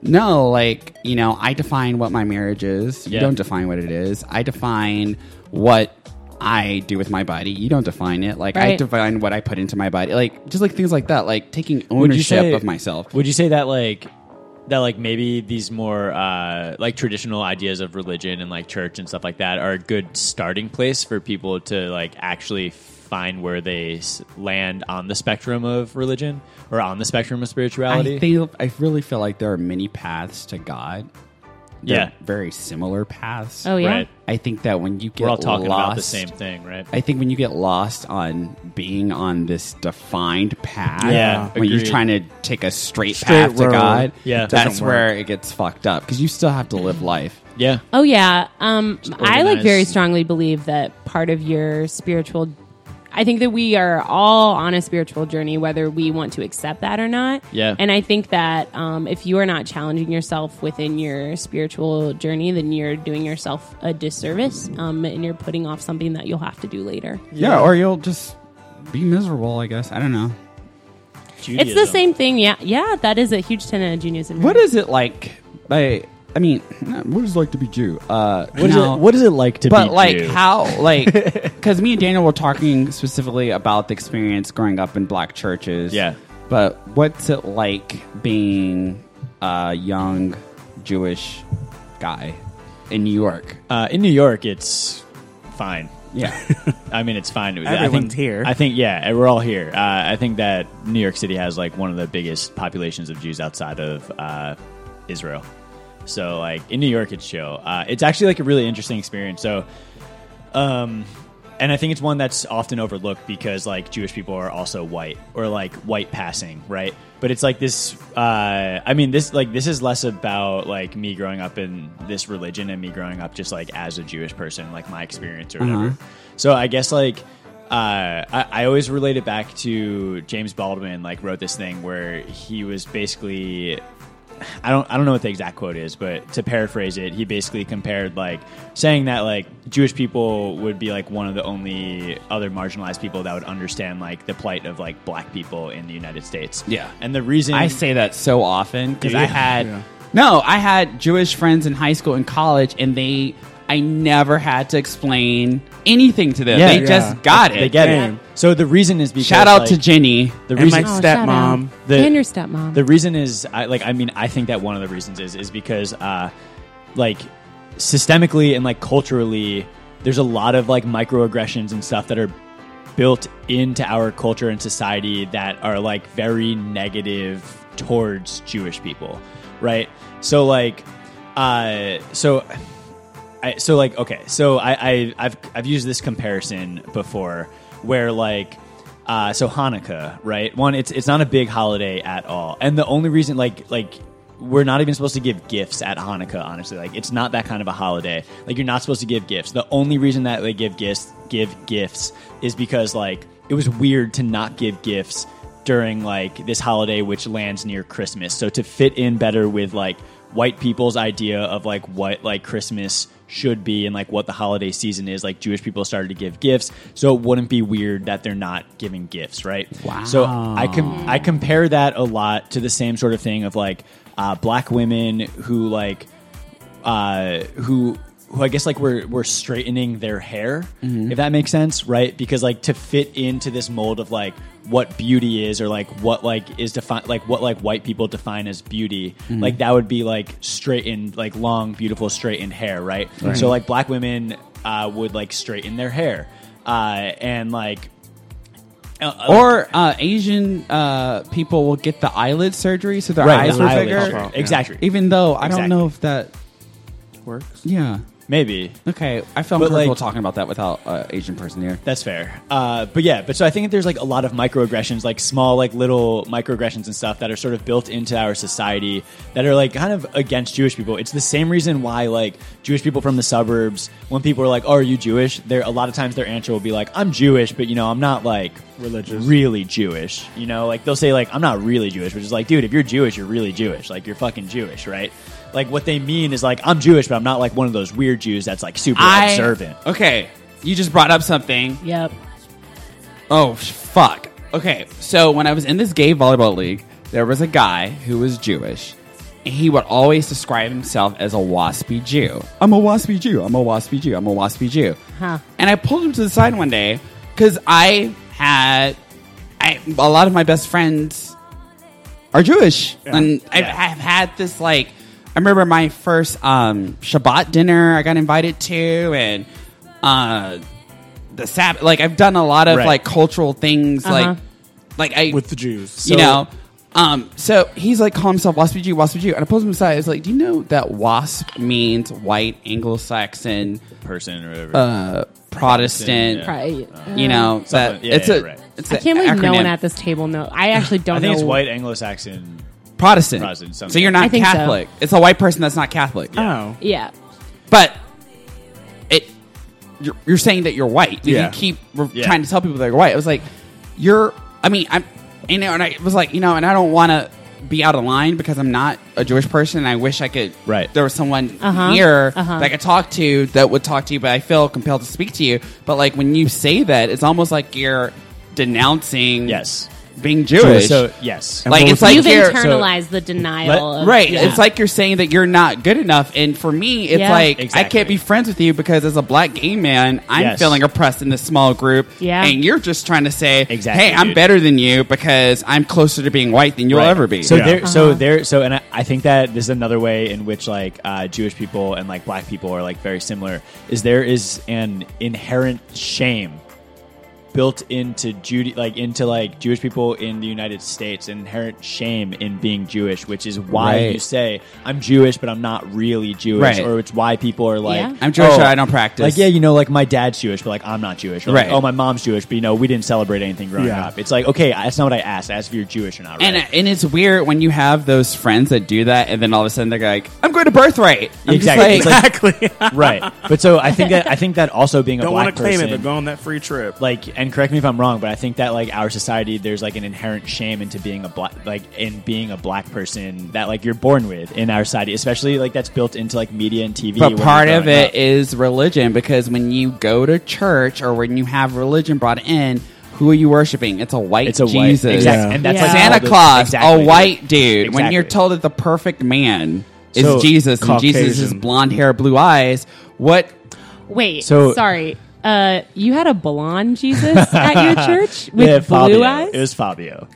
no, like, you know, I define what my marriage is. You
Yeah.
don't define what it is. I define what I do with my body. You don't define it. Like, I
Right.
define what I put into my body. Like, just like things like that. Like, taking
Would you
ownership
say-
of myself.
Would you say that like that like maybe these more uh, like traditional ideas of religion and like church and stuff like that are a good starting place for people to like actually find where they s- land on the spectrum of religion or on the spectrum of spirituality?
I think I really feel like there are many paths to God. They're
yeah,
very similar paths.
Oh yeah.
right.
I think that when you get
We're all talking
lost,
about the same thing, right?
I think when you get lost on being on this defined path,
Yeah,
when you're
agreed.
trying to take a straight,
Straight
path to
road.
God,
Yeah.
that's
Doesn't work.
where it gets fucked up because you still have to live life.
yeah,
Oh yeah. Um, I like
organized.
very strongly believe that part of your spiritual. I think that we are all on a spiritual journey, whether we want to accept that or not.
Yeah.
And I think that um, if you are not challenging yourself within your spiritual journey, then you're doing yourself a disservice, um, and you're putting off something that you'll have to do later.
Yeah, or you'll just be miserable. I guess I don't know.
It's the same thing. Yeah. Yeah. That is a huge tenet of Judaism.
What is it like? I I mean, what is it like to be Jew? Uh,
What is,
now-
it, what is it like to
but
be
like
Jew?
how like because me and daniel were talking specifically about the experience growing up in black churches
Yeah.
but what's it like being a young jewish guy in new york
uh, in New York? It's fine.
yeah
I mean, it's fine. I
Everyone's
think,
here.
I think, yeah, we're all here. Uh, I think that New York City has like one of the biggest populations of Jews outside of uh, Israel. So, like in New York, it's chill. Uh, it's actually like a really interesting experience. So, um, and I think it's one that's often overlooked because like Jewish people are also white or like white passing, right? But it's like this. Uh, I mean, this like this is less about like me growing up in this religion and me growing up just like as a Jewish person, like my experience or whatever. So I guess like. Uh, I, I always relate it back to James Baldwin. Like wrote this thing where he was basically I don't I don't know what the exact quote is, but to paraphrase it, he basically compared like saying that like Jewish people would be like one of the only other marginalized people that would understand like the plight of like black people in the United States.
Yeah.
And the reason
I say that so often because
Do
I
you?
had
Yeah.
no, I had Jewish friends in high school and college, and they I never had to explain anything to them.
Yeah.
they
Yeah.
just got it.
they get it.
Damn.
So the reason is because
Shout out
like,
to Jenny.
the
And my
reason
Oh, shout out.
stepmom.
The-
and your stepmom.
The reason is, I like, I mean, I think that one of the reasons is is because, uh, like, systemically and like culturally, there's a lot of like microaggressions and stuff that are built into our culture and society that are like very negative towards Jewish people, right? So like, uh, so. I, so like okay, so I, I I've I've used this comparison before, where like uh, so Hanukkah, right? One, it's it's not a big holiday at all, and the only reason, like like we're not even supposed to give gifts at Hanukkah. Honestly, like it's not that kind of a holiday. Like you're not supposed to give gifts. The only reason that they give gifts give gifts is because like it was weird to not give gifts during like this holiday, which lands near Christmas. So to fit in better with like white people's idea of like what like Christmas should be and like what the holiday season is. Like Jewish people started to give gifts, so it wouldn't be weird that they're not giving gifts, right? Wow. So I com- I compare that a lot to the same sort of thing of like uh, black women who like uh, who who I guess like were were straightening their hair,
Mm-hmm.
if that makes sense, right? Because like to fit into this mold of like what beauty is or like what like is defined like what like white people define as beauty,
Mm-hmm.
like that would be like straightened, like long, beautiful, straightened hair, right? So like black women uh, would like straighten their hair, uh, and like uh,
Or uh, Asian uh, people will get the eyelid surgery so their
right,
eyes
the
are
eyelid
bigger.
shape. exactly,
Even though I
Exactly.
don't know if that.
Works.
Yeah.
maybe
Okay. I felt
But, like-
comfortable talking about that without uh, Asian person here.
That's fair. Uh, but yeah, but so I think that there's like a lot of microaggressions, like small, like little microaggressions and stuff that are sort of built into our society that are like kind of against Jewish people. It's the same reason why like Jewish people from the suburbs, when people are like, "Oh, are you Jewish?" There, a lot of times their answer will be like, "I'm Jewish, but you know, I'm not like
Religious.
really Jewish." You know, like they'll say like, "I'm not really Jewish," which is like, dude, if you're Jewish, you're really Jewish. Like you're fucking Jewish, right? Like what they mean is like, "I'm Jewish, but I'm not like one of those weird Jews that's like super observant."
Okay. You just brought up something.
Yep.
Oh sh- fuck. Okay, so when I was in this gay volleyball league, there was a guy who was Jewish. And he would always describe himself as a waspy Jew. I'm a waspy Jew. I'm a waspy Jew. I'm a waspy Jew.
Huh.
And I pulled him to the side one day because I had I, a lot of my best friends are Jewish, and I've,
Yeah.
I've had this like. I remember my first um, Shabbat dinner I got invited to, and uh, the Sabbath. Like I've done a lot of
Right.
like cultural things,
Uh-huh.
like like I
With the Jews.
you know. Um, so he's like calling himself Waspy Jew, Waspy Jew, and I pulled him aside. I was like, "Do you know that wasp means white Anglo-Saxon
Person or whatever.
uh, Protestant?"
Yeah.
Right.
You know that
Something- yeah,
it's
yeah,
a
right.
it's
Uh-huh. I
a
can't believe no
acronym.
one at this table know. I actually don't
I think
know.
it's white Anglo-Saxon.
Protestant.
Protestant, something.
so you're
I
not
think so.
Catholic. It's a white person that's not Catholic.
Oh.
Yeah.
But it you're, you're saying that you're white. You
Yeah.
keep re-
Yeah.
trying to tell people that you're white. It was like you're. I mean, I'm. You know, and I was like, you know, and I don't want to be out of line because I'm not a Jewish person. And I wish I could.
Right.
There was someone
Uh-huh.
here
Uh-huh.
that I could talk to that would talk to you, but I feel compelled to speak to you. But like when you say that, it's almost like you're denouncing
Yes.
being Jewish.
So yes,
like
what
it's
was-
like
You've
you're-
internalized the denial.
Let-
of,
Right.
Um, Yeah.
It's like you're saying that you're not good enough. And for me, it's
Yeah.
like I
Exactly.
can't be friends with you because as a black gay man, I'm
Yes.
feeling oppressed in this small group.
Yeah.
And you're just trying to say,
Exactly,
hey, I'm
dude.
better than you because I'm closer to being white than you'll
Right.
ever be.
So
Yeah. Uh-huh.
there, so there, so and I, I think that this is another way in which like uh, Jewish people and like Black people are like very similar. Is there is an inherent shame built into Judy, like into like Jewish people in the United States, an inherent shame in being Jewish, which is why
Right.
you say I'm Jewish, but I'm not really Jewish,
Right.
or it's why people are like "Oh,
Yeah.
I'm Jewish, but I don't practice.
Like yeah, you know, like my dad's Jewish, but like I'm not Jewish. Or, Like,
Right.
oh, my mom's Jewish, but you know, we didn't celebrate anything growing
Yeah.
up. It's like okay, that's not what I asked. I asked if you're Jewish or not. Right?
and, and it's weird when you have those friends that do that, and then all of a sudden they're like, "I'm going to birthright." I'm just
Exactly. It's like-
Exactly.
right. But so I think that I think that also being a
Don't
black
want to claim
person,
it, but go on that free trip.
like, and correct me if I'm wrong, but I think that like our society, there's like an inherent shame into being a black, like in being a black person that like you're born with in our society, especially like that's built into like media and TV.
But part of it is religion because when you go to church or when you have religion brought in, who are you worshiping? It's a white
it's a white,
Jesus.
exactly,
Yeah.
and that's like
Yeah.
all
Santa
the-
Claus,
exactly,
a
dude.
white dude. When
Exactly.
you're told that the perfect man is
So,
Jesus and Jesus is
Caucasian.
blonde hair, blue eyes, what?
Wait.
So-
sorry. Uh, you had a blonde Jesus at your church with
Yeah,
blue
Fabio.
eyes.
It was Fabio.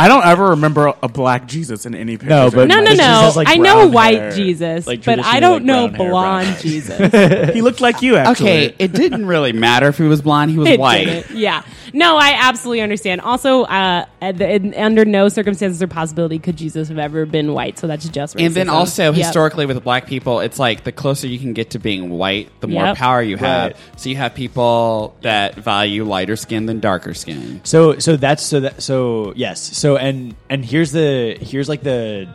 I don't ever remember a black Jesus in any picture.
No, but-
No, no,
This just
no.
has, like,
I know
brown
white
hair,
Jesus,
like,
but I
traditionally,
don't
like,
know
brown hair, brown
blonde
hair.
Jesus.
he looked like you. Actually,
Okay, it didn't really matter if he was blonde. He was
It
white.
didn't. Yeah. No, I absolutely understand. Also, uh, at the, in, under no circumstances or possibility could Jesus have ever been white. So that's just racism.
And then also
Yep.
historically with black people, it's like the closer you can get to being white, the more
Yep.
power you have.
Right.
So you have people that value lighter skin than darker skin.
So so that's so that so yes. So and and here's the here's like the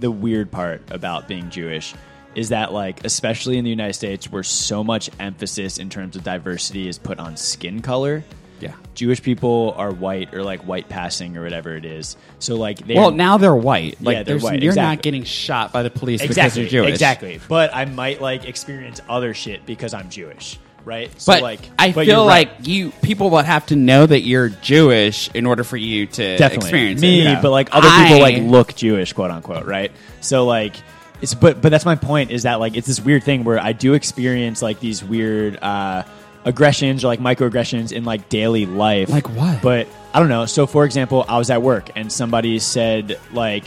the weird part about being Jewish is that like especially in the United States where so much emphasis in terms of diversity is put on skin color.
Yeah.
Jewish people are white or like white passing or whatever it is. So like they
Well, now they're white. Like
Yeah, they're
there's-
white,
You're
exactly.
not getting shot by the police
exactly
because you're Jewish.
exactly. But I might like experience other shit because I'm Jewish, right? So
But
like
I
but
feel
you're right.
like you people would have to know that you're Jewish in order for you to
definitely
experience
me,
it. Yeah.
but like other people
I-
like look Jewish, quote unquote, right? So like it's but but that's my point is that like it's this weird thing where I do experience like these weird uh aggressions or like microaggressions in like daily life.
Like what?
But I don't know. So for example, I was at work and somebody said like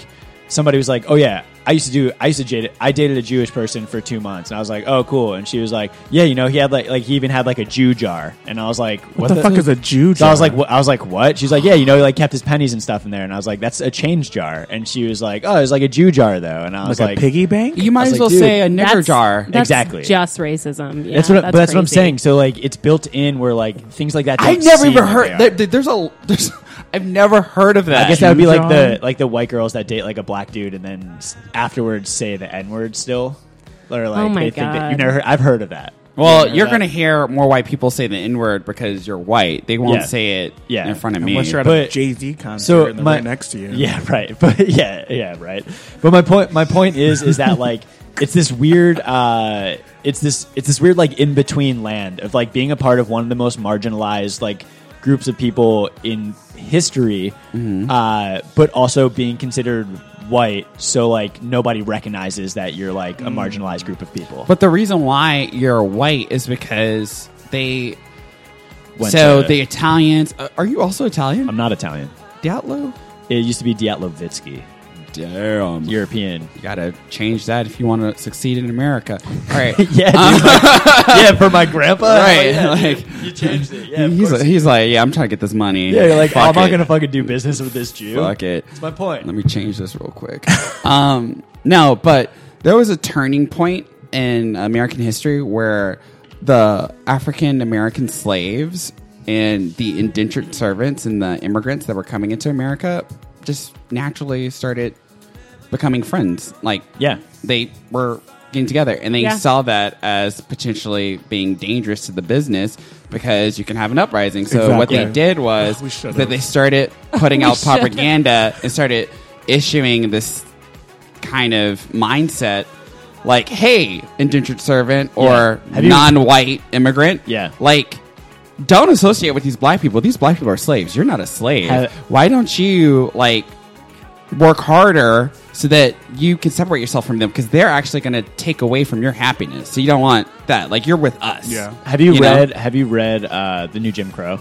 somebody was like, "Oh yeah, I used to do I used to jade, I dated a Jewish person for 2 months." And I was like, "Oh cool." And she was like, "Yeah, you know, he had like like he even had like a Jew jar." And I was like, "What,
what the fuck is a Jew?
so I was
jar?
like, wh- I was like, what? She's like, yeah, you know, he like kept his pennies and stuff in there, and I was like, that's a change jar, and she was like, oh, it's like a Jew jar though, and I was
like,
like,
a piggy bank.
you might
was
as
like,
well
dude,
say a nigger
That's-
jar.
that's
Exactly.
just racism. Yeah,
That's what, but that's what I'm
crazy.
saying. So like, it's built in where like things like
I
that. don't
never
seem
even
like
heard.
they are.
There, there's a there's. I've never heard of that.
I guess that would be like
Jew jar?
the like the white girls that date like a black dude and then s- afterwards say the n word still, or like
Oh my
they think that
God.
you never. Heard, I've heard of that.
Well,
Yeah,
you're
that-
going to hear more white people say the N word because you're white. They won't
Yeah.
say it
Yeah.
in front of me.
unless you're at a
but-
Jay Z concert
so
and they're
my-
right next to you.
Yeah, right. But yeah, yeah, right. But my point my point is is that like it's this weird uh it's this it's this weird like in between land of like being a part of one of the most marginalized like groups of people in history uh but also being considered white so like nobody recognizes that you're like a
Mm.
marginalized group of people
but the reason why you're white is because they.
Went
so
to-
the Italians. Uh, are you also Italian?
i'm not italian
Diablo?
it used to be diatlovitsky
Damn. You
european
gotta change that if you want to succeed in America. All right.
yeah dude, like- yeah for my grandpa Oh,
Right.
yeah,
like,
you changed it yeah of
he's,
course.
he's like, yeah, I'm trying to get this money.
Yeah, you're like, "Oh,
Fuck
I'm not
it.
gonna fucking do business with this Jew.
Fuck it.
That's my point.
Let me change this real quick. um, no, but there was a turning point in American history where the African American slaves and the indentured servants and the immigrants that were coming into America just naturally started becoming friends. Like,
Yeah.
they were getting together and they
Yeah.
saw that as potentially being dangerous to the business because you can have an uprising. So what
Exactly.
they did was
We should've.
that they started putting out propaganda and started issuing this kind of mindset like hey indentured servant or
Yeah. Have you-
non-white immigrant
Yeah.
like don't associate with these black people these black people are slaves you're not a slave
Have-
why don't you like work harder so that you can separate yourself from them because they're actually going to take away from your happiness so you don't want that like you're with us
Yeah.
Have you,
You know?
read? Have you read uh, the new Jim Crow?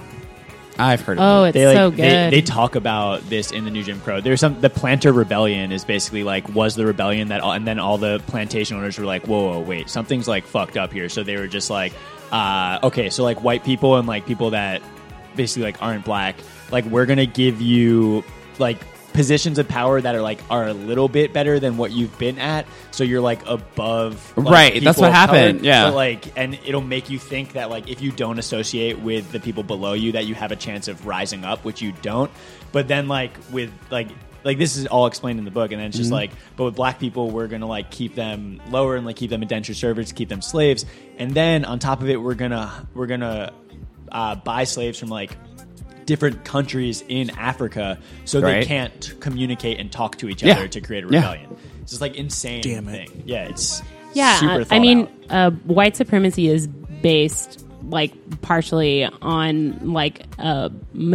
i've heard
Oh,
of it
it's
They like
so
they,
good.
they talk about this in the new Jim Crow. There's some the Planter Rebellion is basically like was the rebellion that all, and then all the plantation owners were like, whoa, whoa, wait, something's like fucked up here. So they were just like, uh, okay, so like white people and like people that basically like aren't black, like we're gonna give you like positions of power that are like are a little bit better than what you've been at so you're like above like,
Right, that's
people
what
of color.
happened, yeah.
So, like and it'll make you think that like if you don't associate with the people below you that you have a chance of rising up which you don't but then like with like like this is all explained in the book and then it's
Mm-hmm.
just like but with black people we're gonna like keep them lower and like keep them indentured servants keep them slaves and then on top of it we're gonna we're gonna uh, buy slaves from like different countries in africa so they
Right.
can't communicate and talk to each
Yeah.
other to create a
Yeah.
rebellion it's just like insane
Damn it.
thing yeah it's
Yeah,
super
uh, I
thought
mean,
out.
uh, white supremacy is based like partially on like a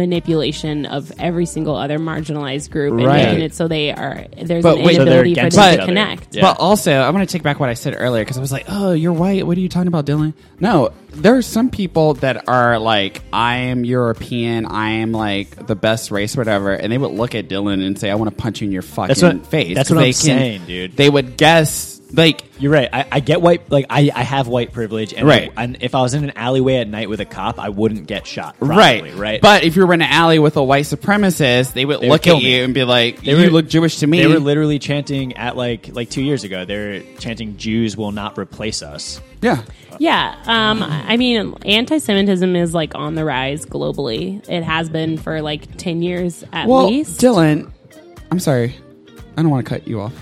manipulation of every single other marginalized group and
Right.
making it so they are there's
But
an
wait- So
they're
inability for
against
them
each
to
other.
connect.
Yeah.
But also, I want to take back what I said earlier because I was like, "Oh, you're white. What are you talking about, Dylan?" No, there are some people that are like, "I am European. I am like the best race, whatever," and they would look at Dylan and say, "I want to punch you in your fucking
what-
face."
that's what
'Cause
I'm
they can-
saying, dude.
They would guess like,
You're right. I, I get white. Like I, I have white privilege, and
Right.
And if I was in an alleyway at night with a cop, I wouldn't get shot. probably,
right,
Right.
But if you were in an alley with a white supremacist, they would
They would
look
kill
at
me.
you and be like,
They
"You
were-
look Jewish to me."
they were literally chanting at like like two years ago. They're chanting Jews will not replace us.
yeah,
Yeah, um, I mean, anti-Semitism is like on the rise globally. It has been for like ten years at
well,
least.
Dylan, I'm sorry, I don't want to cut you off.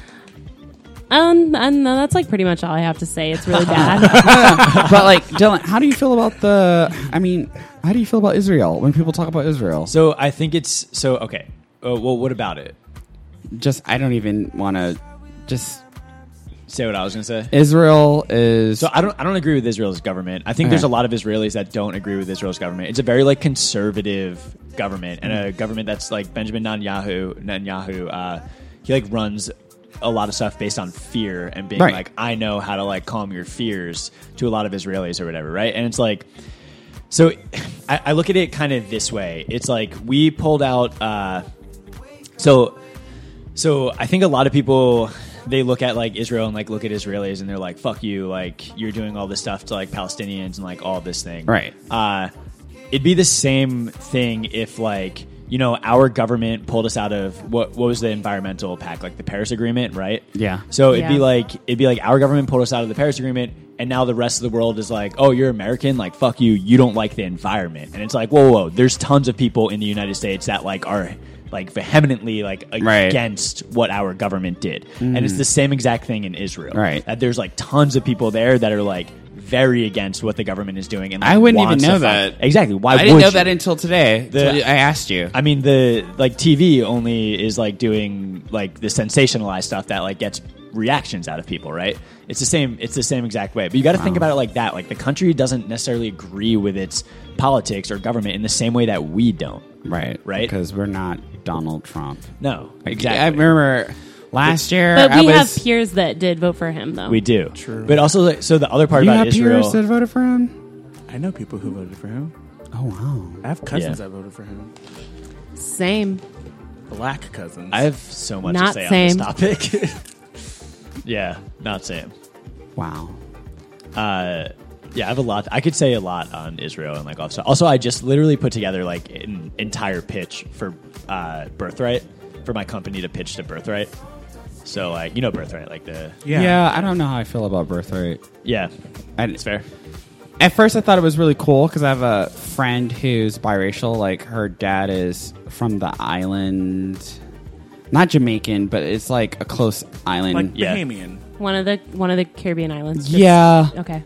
um, and no, that's like pretty much all I have to say. It's really bad.
but like Dylan, how do you feel about the? I mean, how do you feel about Israel when people talk about Israel?
So I think it's so okay. Uh, well, what about it?
Just I don't even want to. Just
Say what I was going to say.
Israel is
So I don't I don't agree with Israel's government. I think there's a lot of Israelis that don't agree with Israel's government. It's a very like conservative government and a government that's like Benjamin Netanyahu. Netanyahu, uh, he like runs a lot of stuff based on fear and being
Right.
like, I know how to like calm your fears to a lot of Israelis or whatever, right? And it's like. So, I, I look at it kind of this way. It's like we pulled out uh, so, so I think a lot of people they look at like Israel and like look at Israelis and they're like, "Fuck you!" Like you're doing all this stuff to like Palestinians and like all this thing.
Right.
Uh, it'd be the same thing if like you know our government pulled us out of what what was the environmental pact like the Paris Agreement, right?
Yeah.
So it'd be
Yeah.
like it'd be like our government pulled us out of the Paris Agreement. And now the rest of the world is like, oh, you're American, like fuck you, you don't like the environment, and it's like, whoa, whoa, there's tons of people in the United States that like are like vehemently like
Right. Mm.
against what our government did. And it's the same exact thing in Israel.
Right.
That there's like tons of people there that are like very against what the government is doing. And like,
I wouldn't even
wants to
know
fight.
that.
Exactly. Why
I didn't
would
know
you?
that until today.
The-
until I asked you.
I mean, the like TV only is like doing like the sensationalized stuff that like gets reactions out of people, right? It's the same. It's the same exact way. But you got to think about it like that. Like the country doesn't necessarily agree with its politics or government in the same way that we don't.
right,
Right.
Because we're not Donald Trump.
No,
Like,
exactly.
I remember last year.
but
I
we
was,
have peers that did vote for him, though.
we do. True. But also, like, so the other part
you have
about Israel.
peers that voted for him.
I know people who voted for him.
Oh wow.
I have cousins
Yeah.
that voted for him.
Same.
Black cousins.
I have so much
Not
to say
same.
on this topic. yeah, not same.
Wow.
uh, yeah, I have a lot. I could say a lot on Israel and like also. Also, I just literally put together like an entire pitch for uh, Birthright for my company to pitch to Birthright. So like you know Birthright, like the
yeah.
I don't know how I feel about birthright.
yeah,
I,
it's fair.
At first, I thought it was really cool because I have a friend who's biracial. Like, her dad is from the island, not Jamaican, but it's like a close island.
Like
Yeah.
Bahamian.
One of the one of the Caribbean islands. just-
yeah.
Okay.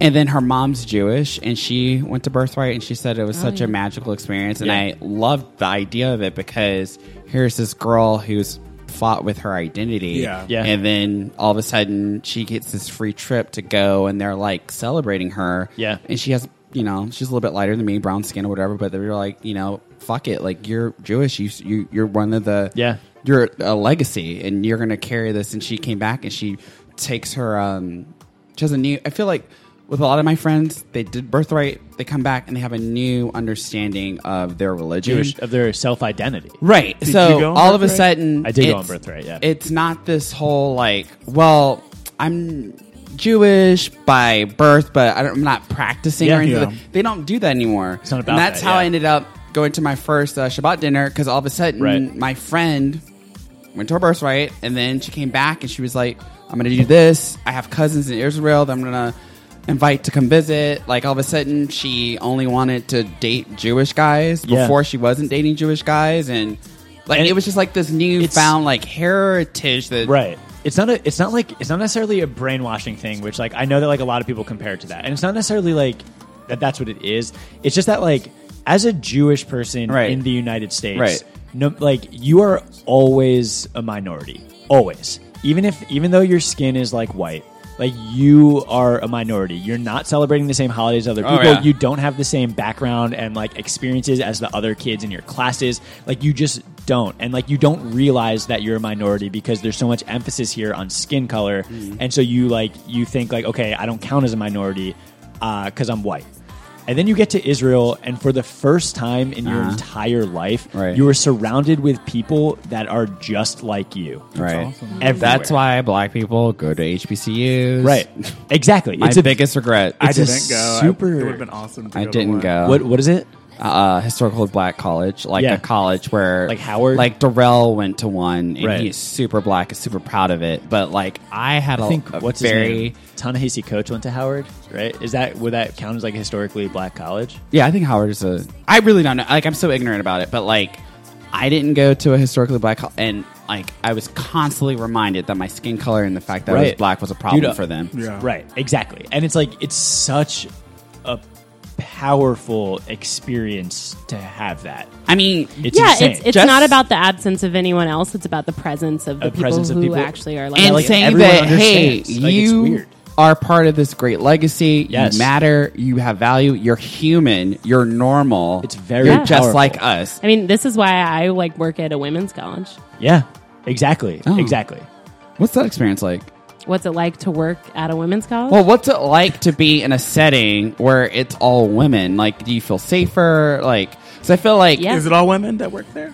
And then her mom's Jewish, and she went to Birthright, and she said it was such
yeah.
a magical experience. And
Oh. Yeah.
I loved the idea of it because here's this girl who's fought with her identity.
Yeah.
Yeah.
And then all of a sudden, she gets this free trip to go, and they're like celebrating her.
Yeah.
And she has, you know, she's a little bit lighter than me, brown skin or whatever, but they were like, you know, fuck it. Like, you're Jewish. You, you, you're one of the
Yeah.
you're a uh, legacy and you're going to carry this and she came back and she takes her um she has a new i feel like with a lot of my friends they did birthright they come back and they have a new understanding of their religion
Jewish of their self identity.
right so
you go on
all of a
Birthright?
sudden
I did go
it's-
on Birthright, yeah.
it's not this whole like well i'm jewish by birth but I don't, i'm not practicing
Yeah.
or anything
Yeah.
like- they don't do that anymore
not about
and that's
that,
how i
yeah.
ended up going to my first uh, shabbat dinner because all of a sudden
Right.
my friend went to her birthright, and then she came back and she was like, "I'm gonna do this. I have cousins in Israel that I'm gonna invite to come visit." Like all of a sudden, she only wanted to date Jewish guys
Yeah.
before she wasn't dating Jewish guys, and like
And
it was just like this newfound like heritage that
Right. It's not a. It's not like it's not necessarily a brainwashing thing, which like I know that like a lot of people compare it to that, and it's not necessarily like that. That's what it is. It's just that like as a Jewish person
Right.
in the United States,
Right.
no, like you are always a minority, always. Even if even though your skin is like white, like you are a minority. You're not celebrating the same holidays as other
Oh,
people.
yeah.
You don't have the same background and like experiences as the other kids in your classes. Like you just don't. And like you don't realize that you're a minority because there's so much emphasis here on skin color. And so you like you think like, okay, I don't count as a minority because I'm white. And then you get to Israel, and for the first time in your entire life,
Right.
you are surrounded with people that are just like you.
right.
Everywhere.
That's why black people go to HBCUs.
Right. Exactly.
My
it's a big.
biggest regret.
I
It's a
didn't go.
super-
I, it would have been awesome. To
I
go to
didn't
one.
go.
What, what is it?
uh, historical black college, like
Yeah.
a college where
Like Howard?
like Darrell went to one, and
Right.
he's super black, is super proud of it. But like I had a
I think
a
what's his
very
name? Ta-Nehisi Coates went to Howard, right? Is that would that count as like a historically black college?
yeah, I think Howard is a. I really don't know. Like I'm so ignorant about it, but like I didn't go to a historically black college, and like I was constantly reminded that my skin color and the fact that I was
Right.
black was a problem
Dude, uh,
for them.
Yeah.
Right, exactly. And it's like it's such a powerful experience to have that.
I mean,
It's
yeah,
insane.
it's it's
Just-
not about the absence of anyone else. It's about the presence of the
Of
people
presence of
who
people.
actually are like.
and
like,
saying
everyone
that hey,
understands. Like, it's
you
weird.
are part of this great legacy.
Yes.
You matter. You have value. You're human. You're normal.
It's very
You're just
powerful.
like us.
I mean, this is why I like work at a women's college.
Yeah, exactly,
Oh.
exactly.
What's that experience like?
What's it like to work at a women's college?
Well, what's it like to be in a setting where it's all women? Like, do you feel safer? Like, so I feel like
Yeah.
Is it all women that work there?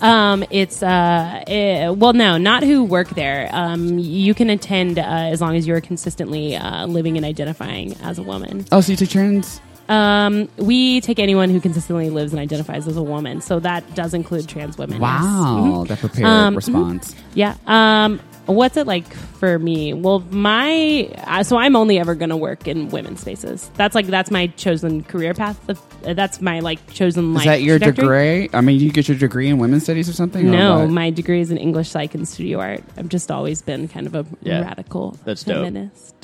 Um, it's uh, eh, well, no, not who work there. Um, you can attend uh, as long as you're consistently uh, living and identifying as a woman.
oh, so you take turns.
Um, we take anyone who consistently lives and identifies as a woman, so that does include trans women. yes.
Wow, that prepared
Um, mhm.
response.
Yeah. Um, what's it like for me? Well, my uh, so I'm only ever going to work in women's spaces. That's like that's my chosen career path. Of, uh, that's my like chosen.
Is
life
that your
trajectory.
degree? I mean, you get your degree in women's studies or something? or
No,
what?
my degree is in English psych and studio art. I've just always been kind of a
Yeah.
radical
That's dope.
feminist.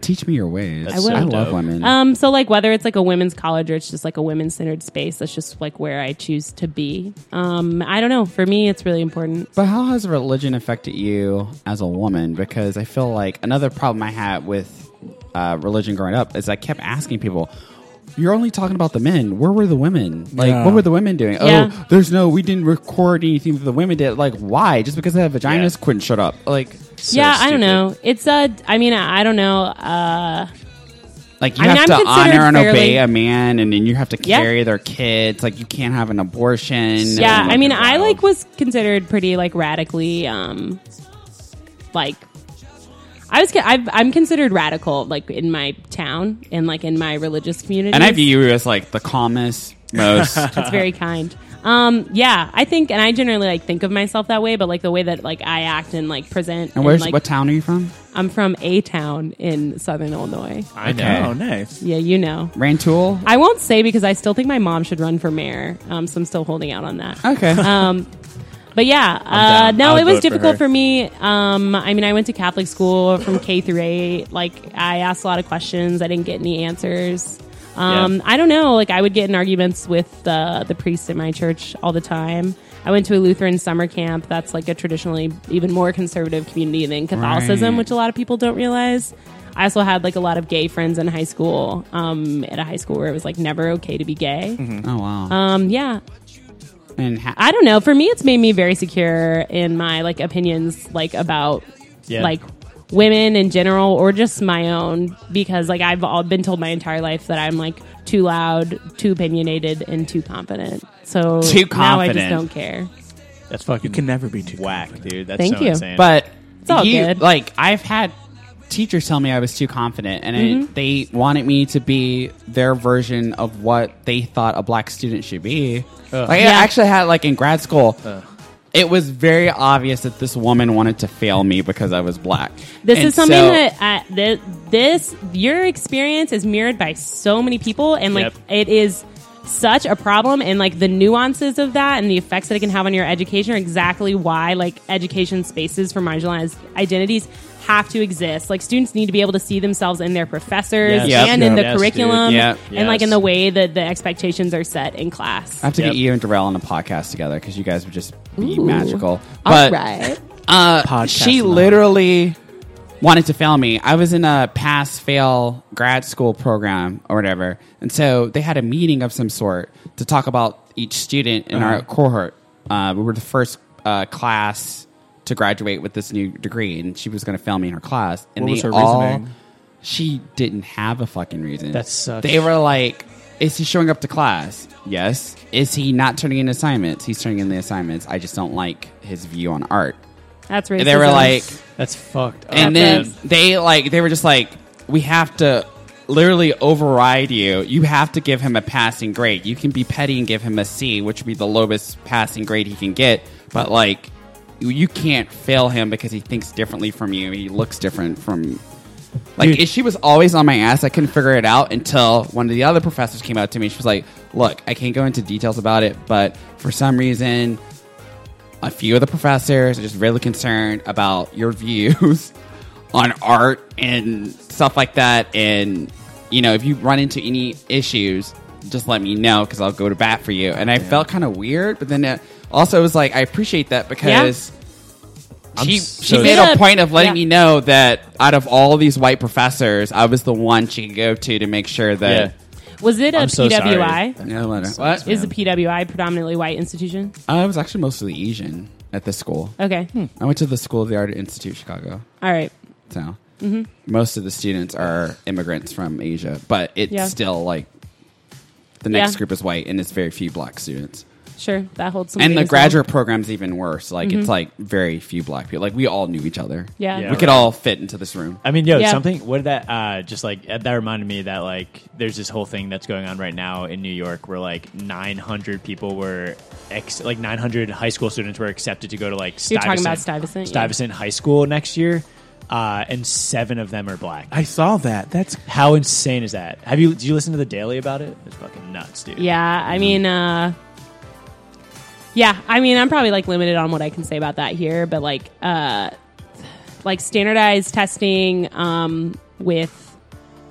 teach me your ways.
That's
I,
so
love
dope.
women.
Um, so like whether it's like a women's college or it's just like a women's centered space, that's just like where I choose to be. Um, I don't know. For me, it's really important.
But how has religion affected you as a woman? Because I feel like another problem I had with uh, religion growing up is I kept asking people, "You're only talking about the men. Where were the women? Like,
Yeah.
what were the women doing?
Yeah.
Oh, there's no. We didn't record anything that the women did. Like, why? Just because they have vaginas, couldn't shut up. Like,
So
yeah, I
stupid.
don't know. It's uh, I mean, I don't know. Uh,
like you
I mean,
have
I'm
to
considered
honor and
fairly-
obey a man, and then you have to
Yeah.
carry their kids. Like, you can't have an abortion.
yeah,
and,
I mean, I
wow.
like was considered pretty like radically, um, like I was. I've, I'm considered radical, like in my town and like in my religious community.
and I view you as like the calmest, most.
That's very kind. Um, yeah, I think, and I generally like think of myself that way, but like the way that like I act and like present.
and where's
like,
what town are you from?
I'm from a town in Southern Illinois.
I
Okay.
know. oh, Nice.
Yeah, you know.
Rantoul.
I won't say because I still think my mom should run for mayor. Um, so I'm still holding out on that.
Okay.
Um, but yeah, uh,
down. I
no,
would
it was
vote for
difficult
her.
for, me. Um, I mean, I went to Catholic school from K through eight. Like, I asked a lot of questions. I didn't get any answers. Um,
Yeah.
I don't know. Like, I would get in arguments with the the priest in my church all the time. I went to a Lutheran summer camp. That's like a traditionally even more conservative community than Catholicism,
Right.
which a lot of people don't realize. I also had like a lot of gay friends in high school. Um, at a high school where it was like never okay to be gay.
Mm-hmm.
Oh wow!
Um, yeah,
and ha-
I don't know. For me, it's made me very secure in my like opinions, like about
Yeah.
like women in general, or just my own, because like I've all been told my entire life that I'm like too loud, too opinionated, and too confident. So
Too
now I just
confident.
don't care.
That's fucking
You can never be too
whack, dude. That's
Thank
so
you.
insane.
but
all
you
good.
like I've had teachers tell me I was too confident, and
Mm-hmm.
it, they wanted me to be their version of what they thought a black student should be. Like I
Yeah.
actually had like in grad school. It was very obvious that this woman wanted to fail me because I was black.
This
And
is something
so-
that uh, th- this your experience is mirrored by so many people, and like
Yep.
it is such a problem. And like the nuances of that and the effects that it can have on your education are exactly why like education spaces for marginalized identities have to exist. Like students need to be able to see themselves in their professors
Yes. Yep.
and in the
Yes, dude.
curriculum,
Yep.
and like
Yes.
in the way that the expectations are set in class.
I have to
Yep.
get you and Darrell on a podcast together because you guys would just be
Ooh.
magical.
All
But
right.
uh,
Podcast
she
mode.
literally wanted to fail me. I was in a pass fail grad school program or whatever. And so they had a meeting of some sort to talk about each student in
Uh-huh.
our cohort. Uh, we were the first uh, class to graduate with this new degree, and she was going to fail me in her class. And
What
they
was her
all,
reasoning?
She didn't have a fucking reason.
That sucks.
They were like, "Is he showing up to class? Yes. Is he not turning in assignments? He's turning in the assignments. I just don't like his view on art."
That's racist.
And they were like,
That's fucked. up,
and
That's
then they like they were just like, we have to literally override you. You have to give him a passing grade. You can be petty and give him a C, which would be the lowest passing grade he can get. But like, you- you can't fail him because he thinks differently from you. He looks different from. Like if she was always on my ass. I couldn't figure it out until one of the other professors came out to me. She was like, "Look, I can't go into details about it, but for some reason, a few of the professors are just really concerned about your views on art and stuff like that. And, you know, if you run into any issues, just let me know because I'll go to bat for you. And I felt kind of weird, but then it also it was like, I appreciate that because. She, she
so-
made
Yeah.
a point of letting
Yeah.
me know that out of all these white professors, I was the one she could go to to make sure that.
was it a
I'm so sorry.
PWI?
Yeah, what? What?
Is the PWI predominantly white institution?
I was actually mostly Asian at the school.
Okay.
I went to the School of the Art Institute, Chicago.
All right.
So most of the students are immigrants from Asia, but it's
Yeah.
still like the next
Yeah.
group is white and it's very few black students.
Sure. That holds some
And the
weight as well.
graduate program's even worse. Like it's like very few black people. Like we all knew each other.
Mm-hmm. Yeah.
We
Yeah.
could all fit into this room.
I mean, yo,
Yeah.
something. What did that? Uh, just like that reminded me that like there's this whole thing that's going on right now in New York where like 900 people were ex like 900 high school students were accepted to go to like
You're talking
Stuyvesant-
about Stuyvesant, yeah.
Stuyvesant High School next year, uh, and seven of them are black.
I saw that. That's
How insane is that? Have you? Did you listen to the Daily about it? It's fucking nuts, dude.
Yeah, I mean, uh, yeah, I mean, I'm probably like limited on what I can say about that here, but like, uh, like standardized testing um, with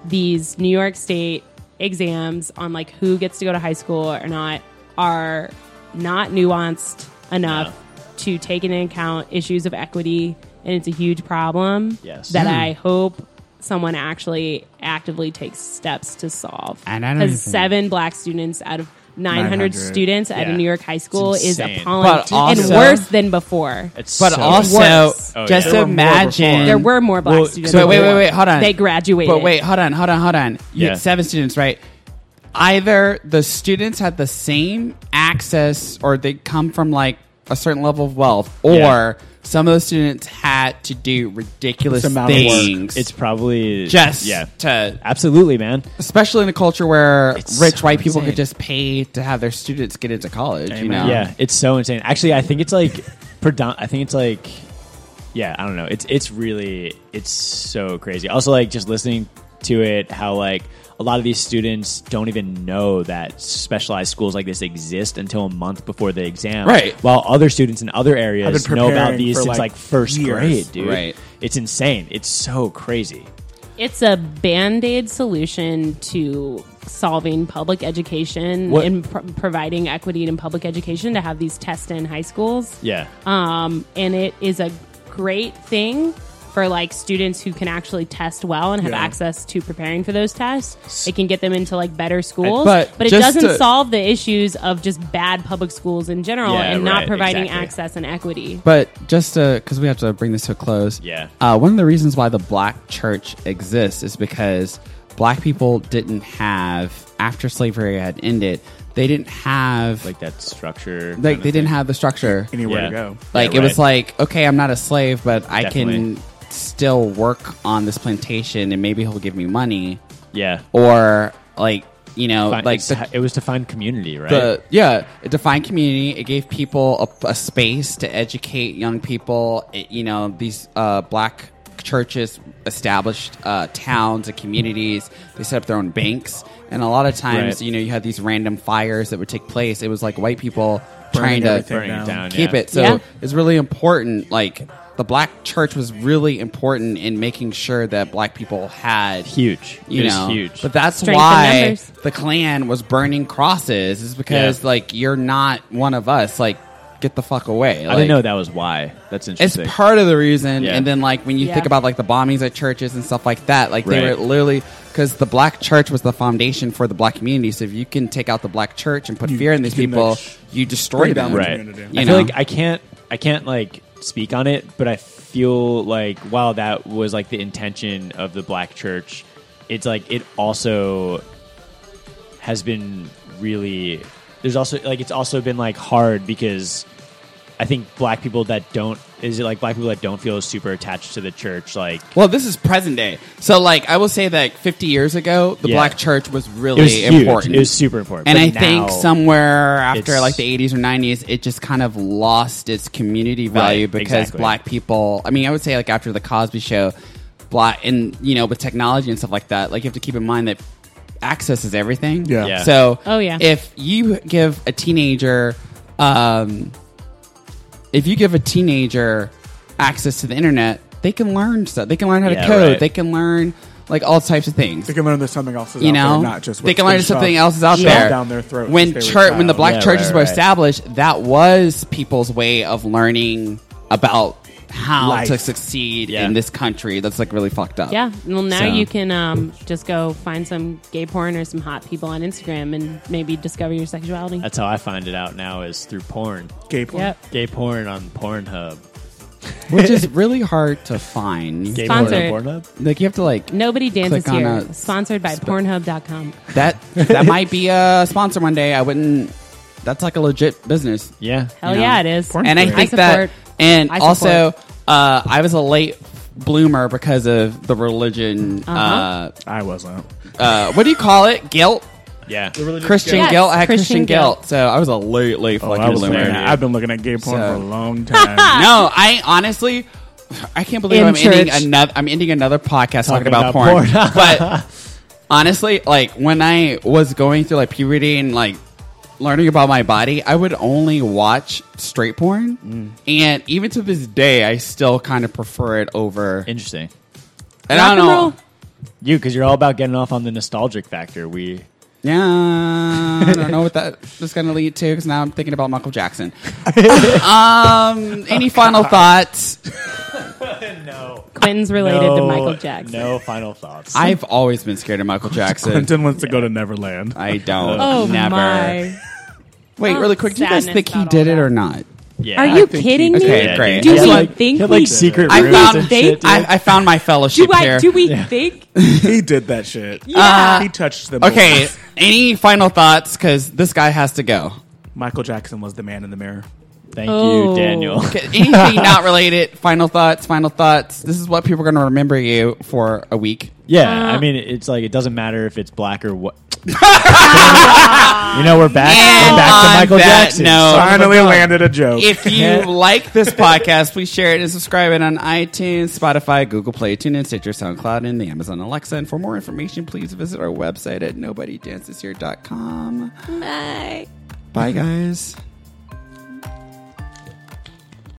these New York State exams on like who gets to go to high school or not are not nuanced enough to take into account issues of equity, and it's a huge problem
Yes.
that I hope someone actually actively takes steps to solve.
And I don't
Because
even-
seven black students out of 900,
900.
students at a
Yeah.
New York high school
It's
is
insane.
appalling
But also-
and worse than before.
It's
But
so-
also,
Worse.
Oh,
just
yeah. There
were more
imagine
before.
there were more black
Well,
students.
so
than
wait, wait,
before.
wait, hold on.
They graduated.
But wait, hold on, hold on, hold on. You
Yeah.
had seven students, right? Either the students had the same access or they come from like a certain level of wealth, or
Yeah.
some of the students had to do ridiculous
This amount of work.
things.
it's probably
just
yeah,
to
absolutely, man.
especially in a culture where
It's
rich
so
white people
insane.
could just pay to have their students get into college, you know?
Yeah, it's so insane. Actually, I think it's like predom- I think it's like yeah, I don't know. It's it's really it's so crazy. Also like just listening to it how like a lot of these students don't even know that specialized schools like this exist until a month before the exam.
Right.
While other students in other
I've
areas
been
know about
preparing
these
for,
since
like,
like, first
years.
grade, dude.
Right.
It's insane. It's so crazy.
It's a band aid solution to solving public education
What-
and pro- providing equity in public education to have these tests in high schools.
Yeah.
um, and it is a great thing for like students who can actually test well and have
Yeah.
access to preparing for those tests. It can get them into like better schools,
But
it
just
doesn't
to-
solve the issues of just bad public schools in general
Yeah,
and not
right,
providing
exactly.
access and equity.
But just because we have to bring this to a close,
Yeah.
Uh, one of the reasons why the black church exists is because black people didn't have after slavery had ended, they didn't have like,
like that structure.
they
kinda
didn't have the structure.
anywhere
Yeah.
to go.
Like
Yeah,
it was
right.
like okay, I'm not a slave, but I
Definitely.
can still work on this plantation, and maybe he'll give me money
thing. Yeah.
or like you know
Fi-
like
it's-
the,
it was to find community, right?
the yeah it defined community it gave people a, a space to educate young people it, you know these uh, black churches established uh, towns and communities they set up their own banks and a lot of times
Right.
you know you had these random fires that would take place it was like white people
Burning
trying to
everything
burning it down.
keep
yeah.
it. So
Yeah.
it's really important. Like the black church was really important in making sure that black people had
Huge.
You
It was
know,
huge.
But that's
Strength in
why
numbers.
the Klan was burning crosses. Is because
Yeah.
like you're not one of us. Like get the fuck away.
I didn't know that was why. That's
It's
interesting.
part of the reason,
Yeah.
and then like when you
Yeah.
think about like the bombings at churches and stuff like that, like they
Right.
were literally because the black church was the foundation for the black community. So if you can take out the black church and put
You
fear in these
can,
people,
like, sh-
you destroy
bring
them.
down the
right.
community.
You
I
know?
feel like I can't. I can't like speak on it, but I feel like wow, that was like the intention of the Black Church. It's like it also has been really. There's also like it's also been like hard because I think black people that don't is it like black people that don't feel super attached to the church like
Well, this is present day. So, like, I will say that 50 years ago, the
Yeah.
black church was really
It was huge.
important.
It was super important.
And
But
I
now
think somewhere after
it's-
like the 80s or 90s, it just kind of lost its community value
Right,
because
exactly.
black people, I mean, I would say like after the Cosby show, black, and, you know, with technology and stuff like that, like, you have to keep in mind that access is everything.
Yeah. Yeah.
So,
Oh, yeah.
if you give a teenager, um, if you give a teenager access to the internet, they can learn stuff. They can learn how to
Yeah,
code.
right.
They can learn like all types of things.
They can learn there's something else is
you
out
know,
there, not just
they
what's
can learn
been
something
shoved-
else is out
shoved
there.
down their throat
When church, when the black
Yeah,
churches
right,
were
right.
established, that was people's way of learning about how
Life.
to succeed
Yeah.
in this country. That's like really fucked up.
Yeah. Well, now
So.
you can um, just go find some gay porn or some hot people on Instagram and maybe discover your sexuality.
that's how I find it out now is through porn,
Gay porn.
yep.
gay porn on Pornhub,
which is really hard to find.
gay
Sponsored.
porn on Pornhub.
Like you have to like
Nobody dances
Click on
here.
a-
Sponsored by Pornhub.com.
that. That might be a sponsor one day. I wouldn't. That's like a legit business.
Yeah,
Hell
You know?
yeah, it is.
Porn
and I
Great.
think
I
that,
support.
and
I
also,
support.
uh, I was a late bloomer because of the religion. uh
Uh-huh.
I wasn't.
Uh, what do you call it? Guilt,
yeah.
Christian
Yes,
guilt. I had Christian,
Christian
guilt.
guilt.
so I was a late, late
Oh,
fucking
I was
bloomer.
looking at, I've been looking at gay porn
So-
for a long time.
No, I honestly, I can't believe
In
I'm ending
church.
another. I'm ending another podcast talking, about,
Talking about
porn.
porn.
but honestly, like when I was going through like puberty and like learning about my body, I would only watch straight porn, and even to this day, I still kind of prefer it over. And,
Interesting.
I
Rock
don't
and
know.
roll.
You, because you're all about getting off on the nostalgic factor. We
Yeah, I don't know what that is going to lead to because now I'm thinking about Michael Jackson. um, any final thoughts?
no
Quentin's related to Michael Jackson.
No final thoughts.
I've always been scared of Michael Jackson.
Clinton wants to go to Neverland.
I don't.
Oh
never.
my!
Wait,
Oh,
really quick. Do you guys
sadness
think he
about
did
all
it
that.
or not?
yeah,
Are
I
you
think-
kidding me?
Okay, great.
Do
He had,
we
like,
think
he had, like
we-
secret
I
rooms
found
and
they-
shit, dude.
I, I found my fellowship
Do I?
here.
Do we think?
he did that shit. he touched them.
okay. any final thoughts? Because this guy has to go.
Michael Jackson was the man in the mirror.
Thank
Oh.
you, Daniel.
Okay, Anything not related? Final thoughts. Final thoughts. This is what people are going to remember you for a week.
Yeah,
Uh,
I mean, it's like it doesn't matter if it's black or what. you know, we're back.
And
we're back
on
to Michael
that
Jackson.
note-
Son of a
Finally
gun.
landed a joke.
If you like this podcast, please share it and subscribe it on iTunes, Spotify, Google Play, TuneIn, Stitcher, SoundCloud, and the Amazon Alexa. And for more information, please visit our website at nobodydanceshere.com.
Bye.
Bye, guys.